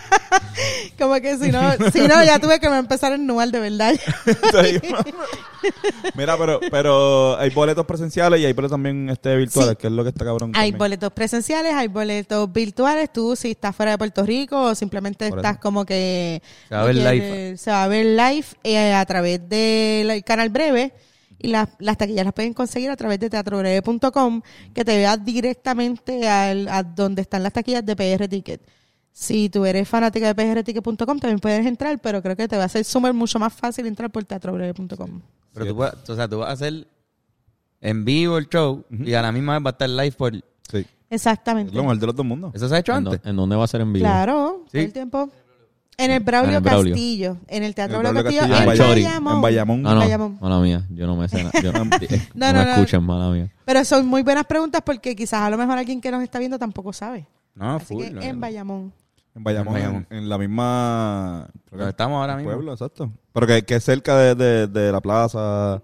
Speaker 4: como que si no, si no, ya tuve que me empezar a ennuar de verdad.
Speaker 1: Sí. Mira, pero, pero hay boletos presenciales y hay boletos también este, virtuales,
Speaker 4: Sí.
Speaker 1: que es lo que está cabrón.
Speaker 4: hay
Speaker 1: también.
Speaker 4: boletos presenciales, hay boletos virtuales. Tú si estás fuera de Puerto Rico o simplemente
Speaker 1: Por
Speaker 4: estás
Speaker 1: eso.
Speaker 4: como que...
Speaker 3: Se va a ver
Speaker 4: que
Speaker 3: live.
Speaker 4: te- Se va a ver live eh, a través del canal breve. Y las, las taquillas las pueden conseguir a través de teatrobreve.com, que te vea directamente al, a donde están las taquillas de PR Ticket. Si tú eres fanática de prticket.com, también puedes entrar, pero creo que te va a ser súper mucho más fácil entrar por teatrobreve.com.
Speaker 3: Pero tú, puedes- o sea, tú vas a hacer en vivo el show y a la misma vez va a estar live por... ¿Eso
Speaker 1: Sí.
Speaker 4: Exactamente.
Speaker 1: Es lo mejor de los dos mundos.
Speaker 3: se ha hecho
Speaker 2: ¿En,
Speaker 3: antes?
Speaker 2: dó- en dónde va a ser en vivo?
Speaker 4: Claro,
Speaker 3: Sí.
Speaker 4: todo el tiempo. En el Braulio,
Speaker 2: Ah, en Braulio.
Speaker 4: Castillo, en el Teatro
Speaker 1: En el
Speaker 4: Braulio
Speaker 1: Braulio
Speaker 4: Castillo,
Speaker 1: Castillo,
Speaker 4: en,
Speaker 2: en Bayamón.
Speaker 4: Bayamón.
Speaker 1: En Bayamón.
Speaker 2: Ah, no.
Speaker 4: Bayamón.
Speaker 2: Mala mía. Yo no me sé nada. Yo no, no
Speaker 4: no,
Speaker 2: me
Speaker 4: no.
Speaker 2: escuchen, mala mía.
Speaker 4: Pero son muy buenas preguntas porque quizás a lo mejor alguien que nos está viendo tampoco sabe.
Speaker 3: No,
Speaker 4: Así que
Speaker 3: Ah, full, no,
Speaker 4: en
Speaker 3: no.
Speaker 4: Bayamón.
Speaker 1: En Bayamón,
Speaker 3: En
Speaker 1: en,
Speaker 3: Bayamón.
Speaker 1: en la misma... creo que
Speaker 3: Donde estamos ahora mismo.
Speaker 1: Pueblo, exacto. Pero que, que es cerca de, de, de la plaza.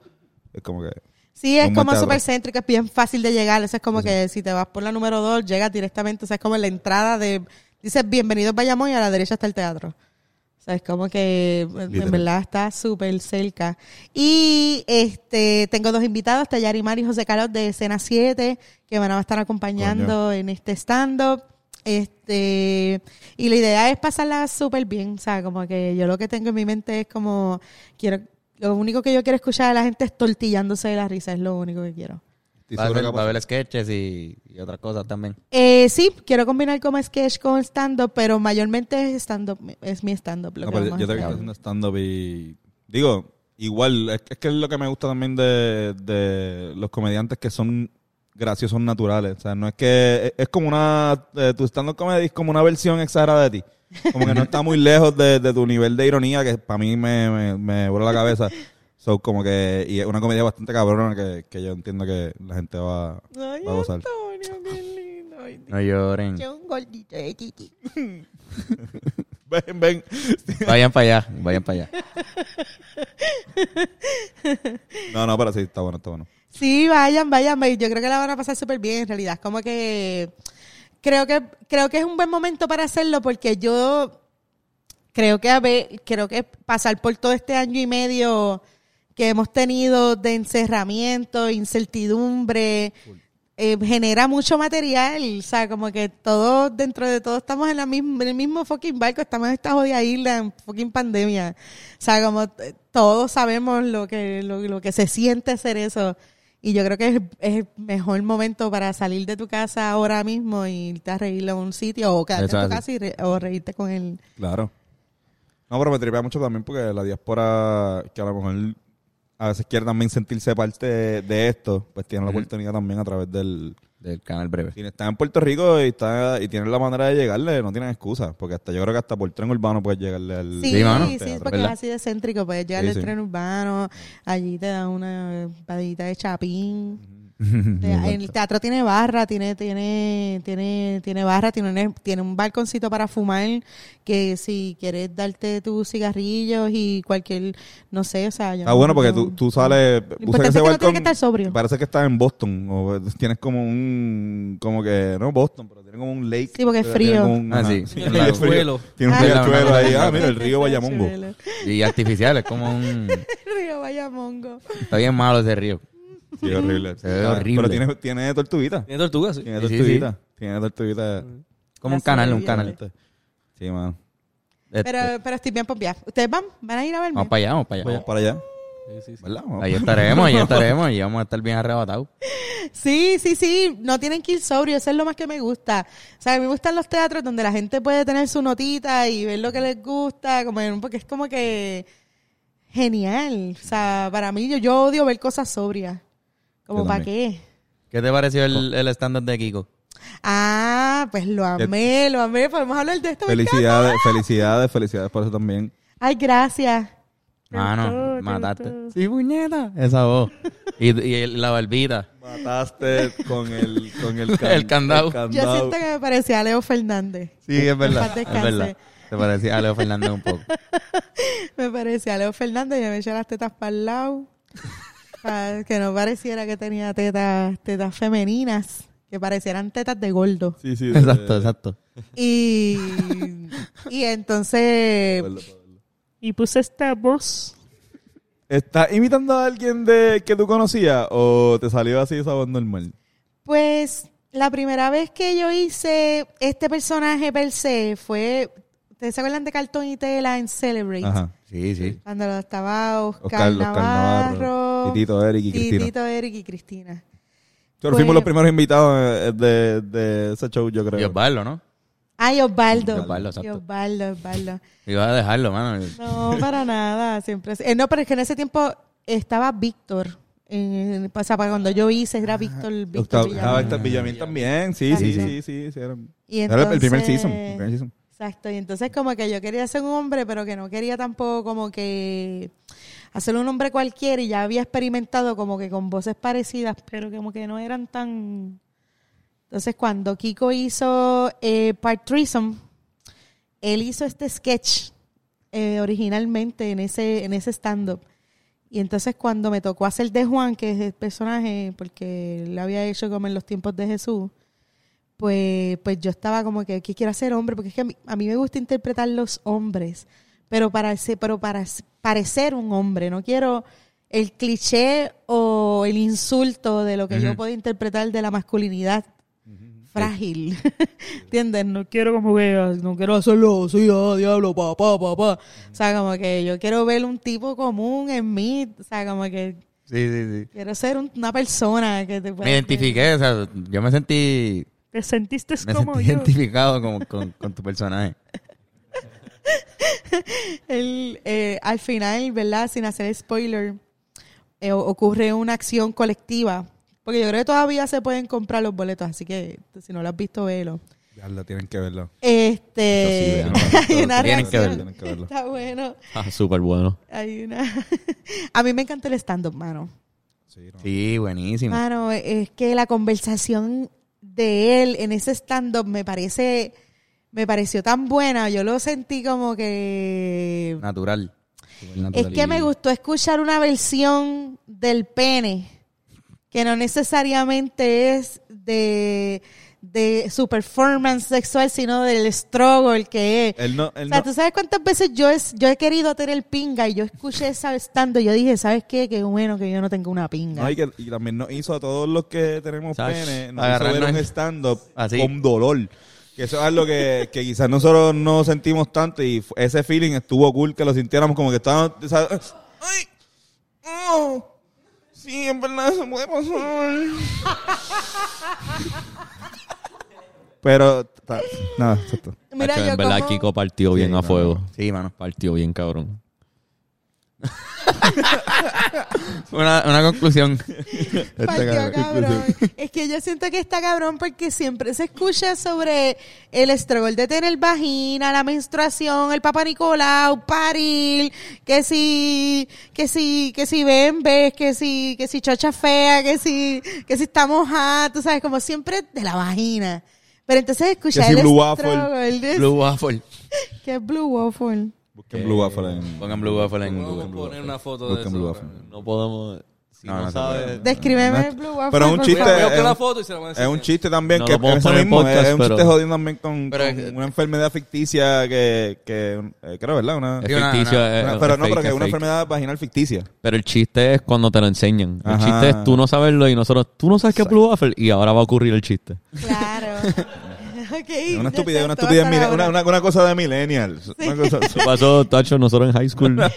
Speaker 1: Es como que...
Speaker 4: Sí, es
Speaker 1: Un buen
Speaker 4: como
Speaker 1: teatro.
Speaker 4: súper céntrico, es bien fácil de llegar. Eso es como que si te vas por la número 2, llegas directamente. O sea, es como la entrada de. Dices, bienvenido Bayamón y a la derecha está el teatro. O sea, es como que en- en
Speaker 1: Literal.
Speaker 4: verdad está súper cerca. Y este tengo dos invitados, Tayari Mari y José Carlos de Escena 7, que van a estar acompañando en este stand-up. Este, y la idea es pasarla súper bien. O sea, como que yo lo que tengo en mi mente es como, quiero, lo único que yo quiero escuchar a la gente es tortillándose de la risa, es lo único que quiero.
Speaker 1: estoy
Speaker 3: Va a
Speaker 1: seguro
Speaker 3: haber,
Speaker 1: que
Speaker 3: va a
Speaker 1: va-
Speaker 3: haber sketches y, y otras cosas también.
Speaker 4: Eh, sí, quiero combinar como sketch con stand-up, pero mayormente es stand-up, es mi stand-up. lo
Speaker 1: No,
Speaker 4: que
Speaker 1: pero
Speaker 4: vamos
Speaker 1: yo
Speaker 4: a
Speaker 1: te
Speaker 4: hacer.
Speaker 1: estoy haciendo stand-up y... Digo, igual, es, es que es lo que me gusta también de, de los comediantes que son graciosos naturales. O sea, no es que... Es, es como una... eh, tu stand-up comedy es como una versión exagerada de ti. Como que no está muy lejos de, de tu nivel de ironía, que para mí me, me, me voló la cabeza. So, como que... Y es una comedia bastante cabrona que, que yo entiendo que la gente va,
Speaker 4: Ay,
Speaker 1: va a gozar.
Speaker 4: Antonio, qué lindo. Ay,
Speaker 3: No lloren.
Speaker 4: Yo un gordito de chiqui.
Speaker 1: Ven, ven.
Speaker 3: Vayan para allá, vayan para allá.
Speaker 1: No, no, pero sí, está bueno, está bueno.
Speaker 4: Sí, vayan, vayan, vayan. Yo creo que la van a pasar súper bien, en realidad. Es Como que creo que creo que es un buen momento para hacerlo porque yo creo que a ve- creo que pasar por todo este año y medio que hemos tenido de encerramiento, incertidumbre, eh, genera mucho material, o sea, como que todos, dentro de todo, estamos en, la misma, en el mismo fucking barco, estamos en esta jodida isla, en fucking pandemia, o sea, como t- todos sabemos lo que, lo, lo que se siente hacer eso, y yo creo que es, es el mejor momento para salir de tu casa ahora mismo y irte a reír a un sitio, o quedarte
Speaker 3: Eso
Speaker 4: en
Speaker 3: es
Speaker 4: tu
Speaker 3: así.
Speaker 4: casa y re- o reírte con él.
Speaker 1: Claro. No, pero me tripea mucho también porque la diáspora, que a lo mejor a veces quiere también sentirse parte de, de esto, pues tiene la oportunidad también a través del...
Speaker 3: Del canal breve.
Speaker 1: Si están en Puerto Rico y, está, y tienen la manera de llegarle, no tienen excusa, porque hasta yo creo que hasta por tren urbano puedes llegarle al...
Speaker 4: Sí,
Speaker 3: Sí, mano.
Speaker 4: sí,
Speaker 1: Teatro,
Speaker 4: porque
Speaker 3: ¿verdad?
Speaker 4: es así de céntrico, pues puedes llegar
Speaker 1: Sí,
Speaker 4: al
Speaker 1: sí.
Speaker 4: tren urbano, allí te dan una padita de chapín. Te- el teatro tiene barra, tiene, tiene, tiene, tiene barra, tiene un, tiene un balconcito para fumar, que si quieres darte tus cigarrillos y cualquier, no sé, o sea, yo
Speaker 1: Está
Speaker 4: no-
Speaker 1: Ah, bueno porque
Speaker 4: yo-
Speaker 1: tú, tú sales...
Speaker 4: importante es que no tiene que estar sobrio.
Speaker 1: y Parece que estás en Boston, o tienes como un... Como que... No Boston, pero tiene como un lake.
Speaker 4: Sí, porque es
Speaker 1: tiene
Speaker 4: frío.
Speaker 1: como un-
Speaker 3: Ah,
Speaker 1: ajá.
Speaker 3: sí.
Speaker 1: Tiene un riachuelo. Tiene un
Speaker 4: Ay,
Speaker 1: riachuelo ahí. Ah,
Speaker 3: no,
Speaker 1: mira, el río Bayamongo.
Speaker 4: El
Speaker 3: Y artificial, es como un...
Speaker 4: río Bayamongo.
Speaker 3: Está bien malo ese río.
Speaker 1: Sí, horrible.
Speaker 3: Se ve
Speaker 1: Ah, Pero
Speaker 3: horrible.
Speaker 1: tiene, tiene tortuguita.
Speaker 5: Tiene tortugas, sí.
Speaker 1: Tiene
Speaker 3: Sí, sí,
Speaker 1: tortuguita. Tiene tortuguita. Este.
Speaker 3: Como un
Speaker 4: Así
Speaker 3: canal,
Speaker 4: es,
Speaker 3: un
Speaker 4: bien.
Speaker 3: canal.
Speaker 1: Sí, mano.
Speaker 3: Este,
Speaker 4: Pero, pero estoy bien pompeada. ¿Ustedes van? ¿Van a ir a verme?
Speaker 3: Vamos para allá, vamos para allá.
Speaker 1: Vamos para allá.
Speaker 5: Sí, sí, sí.
Speaker 1: ¿Verdad? Vamos.
Speaker 3: Ahí estaremos, ahí estaremos y vamos a estar bien arrebatados.
Speaker 4: Sí, sí, sí, no tienen que ir sobrio, eso es lo más que me gusta. O sea, a mí me gustan los teatros donde la gente puede tener su notita y ver lo que les gusta, como en- porque es como que genial. O sea, para mí yo, yo odio ver cosas sobrias. Como
Speaker 1: Yo
Speaker 4: para qué?
Speaker 3: ¿Qué te pareció el, el stand-up de Kiko?
Speaker 4: Ah, pues lo amé, lo amé, podemos hablar de esto. me encanta.
Speaker 1: Felicidades, felicidades, felicidades por eso también.
Speaker 4: Ay, gracias. Me
Speaker 3: Mano,
Speaker 4: gustó, me
Speaker 3: mataste.
Speaker 4: gustó.
Speaker 3: Sí, puñeta. Esa voz. Y, y el- la barbita.
Speaker 1: mataste con el, con el, can-
Speaker 3: El candado.
Speaker 4: Yo siento que me parecía a Leo Fernández.
Speaker 3: Sí, es
Speaker 4: En
Speaker 3: verdad.
Speaker 4: paz
Speaker 3: Es
Speaker 4: descanse.
Speaker 3: verdad. Te parecía a Leo Fernández un poco.
Speaker 4: Me parecía a Leo Fernández. Yo me eché las tetas para el lado. para que no pareciera que tenía tetas, tetas femeninas. Que parecieran tetas de gordo.
Speaker 1: Sí, sí.
Speaker 3: Exacto, exacto.
Speaker 4: Y, y entonces.
Speaker 7: Y
Speaker 4: pues
Speaker 7: puse esta voz.
Speaker 1: ¿Estás imitando a alguien de que tú conocías o te salió así esa voz normal?
Speaker 4: Pues la primera vez que yo hice este personaje per se fue. ¿Ustedes se acuerdan de Cartón y Tela en Celebrate?
Speaker 3: Sí, sí.
Speaker 4: Cuando lo estaba Oscar,
Speaker 1: Oscar, Oscar
Speaker 4: Navarro,
Speaker 1: Navarro, Titito, Eric y Cristina.
Speaker 4: Titito, Eric y Cristina.
Speaker 1: Nosotros
Speaker 4: pues.
Speaker 1: fuimos los primeros invitados eh, de, de ese show, yo creo.
Speaker 3: Y Osvaldo, ¿no?
Speaker 4: Ay, Osvaldo.
Speaker 3: Y Osvaldo, exacto.
Speaker 4: Y Osvaldo, Osvaldo.
Speaker 3: Iba a dejarlo, mano.
Speaker 4: No, para nada. Siempre. así. Eh, no, pero es que en ese tiempo estaba Víctor. En, o sea, para cuando yo hice era Víctor. Víctor
Speaker 1: Octavo-
Speaker 4: Villamil.
Speaker 1: Ah, está Villamil también. Sí, sí, sí, sí. sí, eran-
Speaker 4: Y
Speaker 1: Era el primer
Speaker 4: entonces-
Speaker 1: season. el primer season.
Speaker 4: Exacto, y entonces como que yo quería ser un hombre, pero que no quería tampoco como que hacer un hombre cualquiera y ya había experimentado como que con voces parecidas, pero como que no eran tan... Entonces cuando Kiko hizo eh, Part Threesome, él hizo este sketch eh, originalmente en ese, en ese stand-up. Y entonces cuando me tocó hacer de Juan, que es el personaje, porque lo había hecho como en los tiempos de Jesús, pues, pues yo estaba como que, ¿qué quiero hacer hombre? Porque es que a mí, a mí me gusta interpretar los hombres, pero para, ese- pero para s- parecer un hombre, no quiero el cliché o el insulto de lo que yo
Speaker 3: Ujú.
Speaker 4: puedo interpretar de la masculinidad frágil, ¿entiendes? No
Speaker 7: No quiero como que, ah, no quiero hacerlo, sí, ah, diablo, papá, papá.
Speaker 4: O sea, como que yo quiero ver un tipo común en mí. O sea, como que
Speaker 3: Sí, sí, sí.
Speaker 4: quiero ser un- una persona que te pueda-
Speaker 3: Me
Speaker 4: pues.
Speaker 3: identifiqué, o sea, yo me sentí,
Speaker 7: Te sentiste
Speaker 3: me
Speaker 7: como
Speaker 3: sentí
Speaker 7: yo.
Speaker 3: identificado con, con, con tu personaje.
Speaker 4: El, eh, al final, ¿verdad? Sin hacer spoiler, eh, o- ocurre una acción colectiva. Porque yo creo que todavía se pueden comprar los boletos, así que si no lo has visto, velo.
Speaker 1: Ya lo tienen que verlo.
Speaker 4: Este,
Speaker 1: Eso sí, vean,
Speaker 4: hay una
Speaker 3: tienen que
Speaker 4: reacción.
Speaker 1: verlo, tienen que verlo.
Speaker 4: Está bueno.
Speaker 2: Ah, súper bueno.
Speaker 4: Hay una. A mí me encanta el stand-up, mano.
Speaker 1: Sí, no.
Speaker 3: Sí, buenísimo.
Speaker 4: Mano, es que la conversación de él en ese stand-up me parece, me pareció tan buena. Yo lo sentí como que...
Speaker 3: Natural.
Speaker 4: Es que me gustó escuchar una versión del pene que no necesariamente es de, de su performance sexual, sino del struggle que es.
Speaker 1: Él no, él
Speaker 4: O sea,
Speaker 1: no,
Speaker 4: ¿tú sabes cuántas veces yo, es, yo he querido tener pinga y yo escuché esa estando y yo dije, ¿sabes qué? Qué bueno que yo no tengo una pinga.
Speaker 1: no, y, que, y también nos hizo a todos los que tenemos
Speaker 3: Sach,
Speaker 1: pene, nos hizo
Speaker 3: agarrarnos
Speaker 1: ver un
Speaker 3: en-
Speaker 1: stand-up
Speaker 3: Así.
Speaker 1: con dolor. Que eso es algo que, que quizás nosotros no sentimos tanto y fu- ese feeling estuvo cool que lo sintiéramos como que estábamos... o sea, ¡Ay! ¡Oh! Sí, en verdad eso puede pasar. Pero... ta- Nada, exacto.
Speaker 4: Mira,
Speaker 2: Hacho,
Speaker 4: yo
Speaker 2: en verdad,
Speaker 4: como-
Speaker 2: Kiko partió bien a fuego.
Speaker 3: Sí, mano.
Speaker 2: Partió bien, cabrón.
Speaker 3: Una, una conclusión.
Speaker 1: Este
Speaker 4: Partió, cabrón. Es que yo siento que está cabrón porque siempre se escucha sobre el estrogol de tener vagina, la menstruación, el papá Nicolau, paril, que si, que si, que si bembes, que si, que si chocha fea, que si, que si está mojada, tú sabes, como siempre de la vagina. Pero entonces escucha
Speaker 1: Que si
Speaker 4: el
Speaker 1: Blue Waffle.
Speaker 4: estrogol de-
Speaker 3: Blue Waffle.
Speaker 4: que es Blue Waffle.
Speaker 1: Busquen Blue Waffle en...
Speaker 3: Eh, Pongan Blue Waffle en
Speaker 5: Vamos a
Speaker 3: Google.
Speaker 5: poner una foto de
Speaker 1: Busquen Blue
Speaker 5: eso.
Speaker 1: Waffle.
Speaker 2: No podemos. Si
Speaker 3: No,
Speaker 2: no,
Speaker 3: no se
Speaker 2: sabes.
Speaker 4: Descríbeme el Blue Waffle.
Speaker 1: Pero un
Speaker 4: por
Speaker 1: chiste-
Speaker 5: Voy a- voy
Speaker 4: favor.
Speaker 5: a buscar
Speaker 1: Es
Speaker 5: la
Speaker 1: un-
Speaker 5: foto y se la voy a
Speaker 1: Es
Speaker 5: enseñar.
Speaker 1: un chiste también
Speaker 2: No
Speaker 1: que
Speaker 2: lo podemos
Speaker 1: eso
Speaker 2: poner en
Speaker 1: mismo,
Speaker 2: podcast,
Speaker 1: es un chiste
Speaker 2: pero-
Speaker 1: jodido también con,
Speaker 3: Pero
Speaker 1: con
Speaker 3: es-
Speaker 1: una enfermedad ficticia que, que eh, creo, ¿verdad? Una,
Speaker 2: Es
Speaker 3: Sí, una-
Speaker 2: ficticio.
Speaker 3: una-
Speaker 2: es-
Speaker 1: una-
Speaker 2: es
Speaker 1: pero no,
Speaker 2: fake,
Speaker 1: pero que
Speaker 2: es
Speaker 1: es una
Speaker 2: fake.
Speaker 1: enfermedad vaginal ficticia.
Speaker 2: Pero el chiste es cuando te lo enseñan. El
Speaker 1: Ajá.
Speaker 2: chiste es tú no saberlo y nosotros, tú no sabes qué es Blue Waffle y ahora va a ocurrir el chiste.
Speaker 4: Claro. Ok,
Speaker 1: Es
Speaker 4: ya
Speaker 1: una estupidez,
Speaker 4: está,
Speaker 1: una
Speaker 4: todo
Speaker 1: estupidez,
Speaker 4: hasta
Speaker 1: mile-
Speaker 4: ahora.
Speaker 1: una, una, una cosa de millennials. Una cosa-
Speaker 2: Eso pasó, Tacho, nosotros en high school. Ay,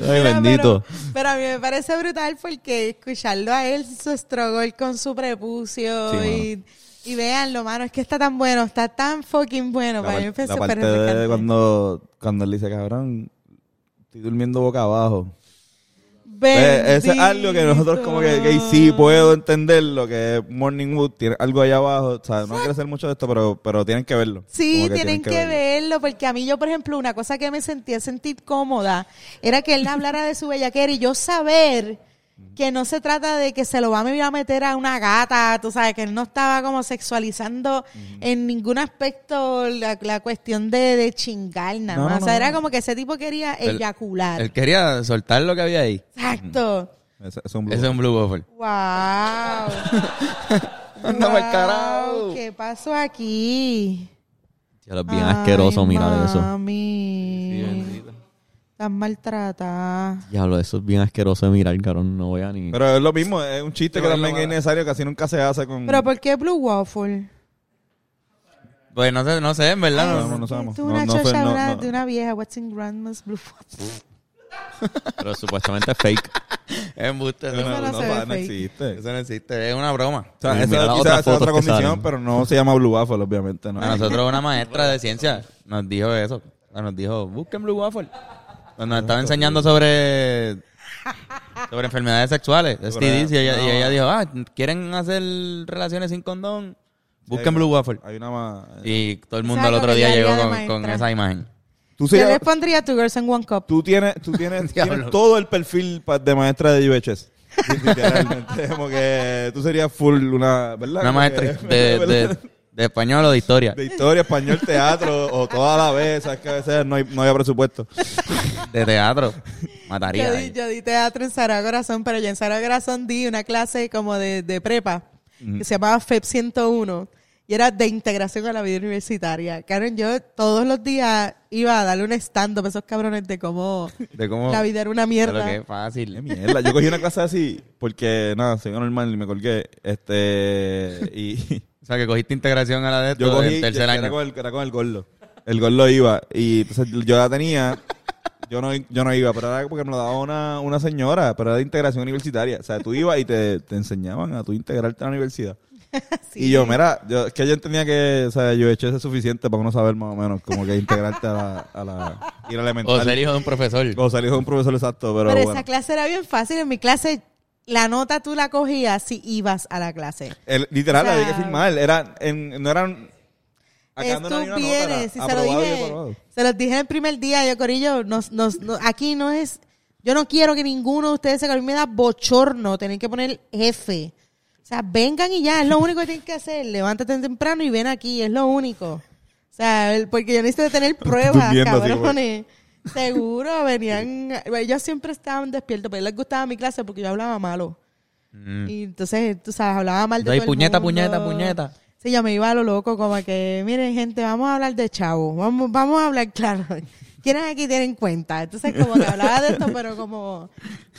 Speaker 4: Mira,
Speaker 2: bendito.
Speaker 4: Pero, pero a mí me parece brutal porque escucharlo a él, su estrogol con su prepucio
Speaker 1: Sí,
Speaker 4: y, y véanlo, mano, es que está tan bueno, está tan fucking bueno.
Speaker 1: la,
Speaker 4: Para mí me
Speaker 1: par-
Speaker 4: parece
Speaker 1: la
Speaker 4: súper
Speaker 1: parte de
Speaker 4: refrescante.
Speaker 1: cuando, cuando él dice, cabrón, estoy durmiendo boca abajo. Pues, Eso es algo que nosotros como que, que
Speaker 4: Bendito.
Speaker 1: sí puedo entender lo que es Morning Wood, tiene algo allá abajo. O sea, no quiero hacer mucho de esto, pero, pero tienen que verlo.
Speaker 4: Sí,
Speaker 1: Como
Speaker 4: tienen que,
Speaker 1: verlo.
Speaker 4: verlo, porque a mí yo, por ejemplo, una cosa que me sentía sentir cómoda era que él hablara de su bellaquera y yo saber que no se trata de que se lo va a me- a meter a una gata, tú sabes, que él no estaba como sexualizando en ningún aspecto la, la cuestión de, de chingar nada
Speaker 1: No,
Speaker 4: más.
Speaker 1: no,
Speaker 4: o sea,
Speaker 1: no,
Speaker 4: era
Speaker 1: no.
Speaker 4: como que ese tipo quería
Speaker 3: Él-
Speaker 4: eyacular.
Speaker 3: Él quería soltar lo que había ahí.
Speaker 4: Exacto.
Speaker 1: Ese, ese es un blue.
Speaker 3: Ese es un blue waffle.
Speaker 4: ¡Wow!
Speaker 3: Anda pa'l
Speaker 4: Guau,
Speaker 3: carajo.
Speaker 4: ¿Qué pasó aquí?
Speaker 2: Diablo, es bien asqueroso
Speaker 4: Ay,
Speaker 2: mirar eso.
Speaker 4: Mami. Tan maltratada.
Speaker 2: Diablo, eso es bien asqueroso de mirar, cabrón. No voy a
Speaker 3: Mm.
Speaker 2: ni...
Speaker 1: Pero es lo mismo, es un chiste que
Speaker 5: Pero es
Speaker 1: también
Speaker 5: lo
Speaker 1: es
Speaker 5: más-
Speaker 1: innecesario, casi nunca se hace con...
Speaker 4: ¿Pero pues, por qué Blue Waffle?
Speaker 3: Pues no sé, no sé, en verdad. no-
Speaker 1: no, no
Speaker 4: Tú-
Speaker 1: sabemos.
Speaker 4: Tú
Speaker 1: No,
Speaker 4: una
Speaker 1: no fue-
Speaker 4: chocha
Speaker 1: no,
Speaker 4: una-
Speaker 1: no.
Speaker 4: de una vieja. What's in grandma's Blue Waffle?
Speaker 2: Pero supuestamente es fake.
Speaker 3: Es embuste,
Speaker 1: Eso
Speaker 3: eso
Speaker 4: no
Speaker 1: no,
Speaker 4: se ve
Speaker 1: no, no
Speaker 4: fake.
Speaker 1: existe.
Speaker 3: eso no existe, es una broma.
Speaker 1: O sea,
Speaker 2: Y
Speaker 1: esa
Speaker 2: mira
Speaker 1: quizás es
Speaker 2: las otras
Speaker 1: otra,
Speaker 2: fotos que
Speaker 1: condición,
Speaker 2: salen.
Speaker 1: pero no se llama Blue Waffle, obviamente. No.
Speaker 3: A nosotros una maestra de ciencia nos dijo eso. Nos dijo, busquen Blue Waffle. Nos estaba enseñando sobre sobre enfermedades sexuales, STDs, y ella, y ella dijo, ah, ¿quieren hacer relaciones sin condón? Busquen Blue Waffle.
Speaker 1: Hay una más...
Speaker 3: Y todo el
Speaker 4: Esa
Speaker 3: mundo
Speaker 4: es
Speaker 3: al
Speaker 4: lo
Speaker 3: otro
Speaker 4: que
Speaker 3: día
Speaker 4: yo haría
Speaker 3: llegó
Speaker 4: de
Speaker 3: con, con
Speaker 4: maestra.
Speaker 3: esa imagen.
Speaker 1: Tú,
Speaker 4: Yo
Speaker 1: sí- ah,
Speaker 4: les pondría Two Girls in One Cup.
Speaker 1: tú tienes, tú tienes,
Speaker 3: Diablo.
Speaker 1: tienes todo el perfil pa- de maestra de UHS. Literalmente, como que tú serías full una... ¿Verdad?
Speaker 3: Una
Speaker 1: Como
Speaker 3: maestra
Speaker 1: que-
Speaker 3: de, de, de español o de historia.
Speaker 1: de historia, español, teatro, o toda la vez, sabes que a veces no hay, no había presupuesto.
Speaker 3: de teatro.
Speaker 4: Yo
Speaker 3: Mataría.
Speaker 4: di,
Speaker 3: ahí.
Speaker 4: yo di teatro en Sagrado Corazón, pero yo en Sagrado Corazón di una clase como de, de prepa que se llamaba FEP 101 y era de integración a la vida universitaria. Karen, yo todos los días iba a darle un stand-up a esos cabrones de cómo
Speaker 3: De cómo.
Speaker 4: la vida era una
Speaker 3: de lo
Speaker 4: mierda.
Speaker 3: que es
Speaker 1: Qué
Speaker 3: fácil.
Speaker 1: mierda. Yo cogí una clase así porque, nada, soy normal y me colgué. Este. Y
Speaker 3: O sea, que cogiste integración a la de
Speaker 1: yo
Speaker 3: esto
Speaker 1: cogí.
Speaker 3: en tercer
Speaker 1: yo-
Speaker 3: año.
Speaker 1: Era con, el, era con el gordo. El gordo iba. Y entonces yo la tenía. Yo no, yo no iba, pero era porque me lo daba una, una señora, pero era de integración universitaria. O sea, tú ibas y te, te enseñaban a tú integrarte a la universidad.
Speaker 4: Sí.
Speaker 1: Y yo, mira, yo, es que yo entendía que, o sea, yo he hecho eso suficiente para uno saber más o menos, como que integrarte a la, a la ir a elemental.
Speaker 3: O ser hijo de un profesor.
Speaker 1: O salir de un profesor exacto, pero,
Speaker 4: Pero,
Speaker 1: bueno.
Speaker 4: esa clase era bien fácil. En mi clase, la nota tú la cogías si ibas a la clase.
Speaker 1: El- literal,
Speaker 4: O sea,
Speaker 1: había que firmar. Era, en, no eran.
Speaker 4: Es
Speaker 1: no Ah,
Speaker 4: tú
Speaker 1: había una nota, era
Speaker 4: vienes, y se lo
Speaker 1: aprobado y
Speaker 4: dije,
Speaker 1: aprobado.
Speaker 4: se los dije el primer día, yo Corillo, nos, nos, no- aquí no es, yo no quiero que ninguno de ustedes se a mí me da bochorno tener que poner F. O sea, vengan y ya, es lo único que tienen que hacer, levántate temprano y ven aquí, es lo único. O sea, el- porque yo necesito tener pruebas,
Speaker 1: Durmiendo así, como-
Speaker 4: cabrones. Seguro, venían, ellos siempre estaban despiertos, pero les gustaba mi clase porque yo hablaba malo. Y entonces, tú sabes, hablaba mal de
Speaker 3: Mm. Doy
Speaker 4: todo el
Speaker 3: puñeta,
Speaker 4: mundo.
Speaker 3: puñeta, puñeta.
Speaker 4: Sí, yo me iba a lo loco, como que, miren, gente, vamos a hablar de chavo, vamos, vamos a hablar claro. ¿Quiénes aquí tienen cuenta? Entonces, como que hablaba de esto, pero como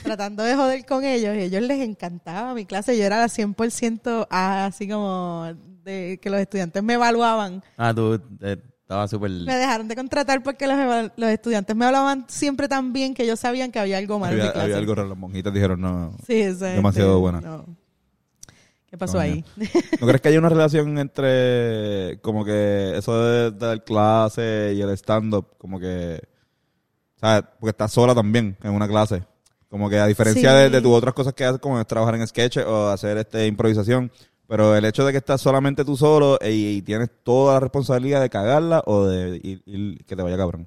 Speaker 4: tratando de joder con ellos, y a ellos les encantaba mi clase, yo era la 100% A, así como de que los estudiantes me evaluaban.
Speaker 3: Ah, tú eh, estabas súper.
Speaker 4: Me dejaron de contratar porque los, eva- los estudiantes me hablaban siempre tan bien que ellos sabían que había algo mal en mi
Speaker 1: Había,
Speaker 4: clase.
Speaker 1: había algo raro. Las monjitas dijeron, no.
Speaker 4: Sí, esa gente,
Speaker 1: Demasiado buena.
Speaker 4: no. ¿Qué pasó
Speaker 1: Coño.
Speaker 4: ahí?
Speaker 1: ¿No crees que hay una relación entre. Como que eso de dar clase y el stand-up? Como que. ¿Sabes? Porque estás sola también en una clase. Como que a diferencia
Speaker 4: Sí.
Speaker 1: de, de tus otras cosas que haces, como es trabajar en sketches o hacer este improvisación. Pero el hecho de que estás solamente tú solo y, y tienes toda la responsabilidad de cagarla o de ir- ir- que te vaya cabrón.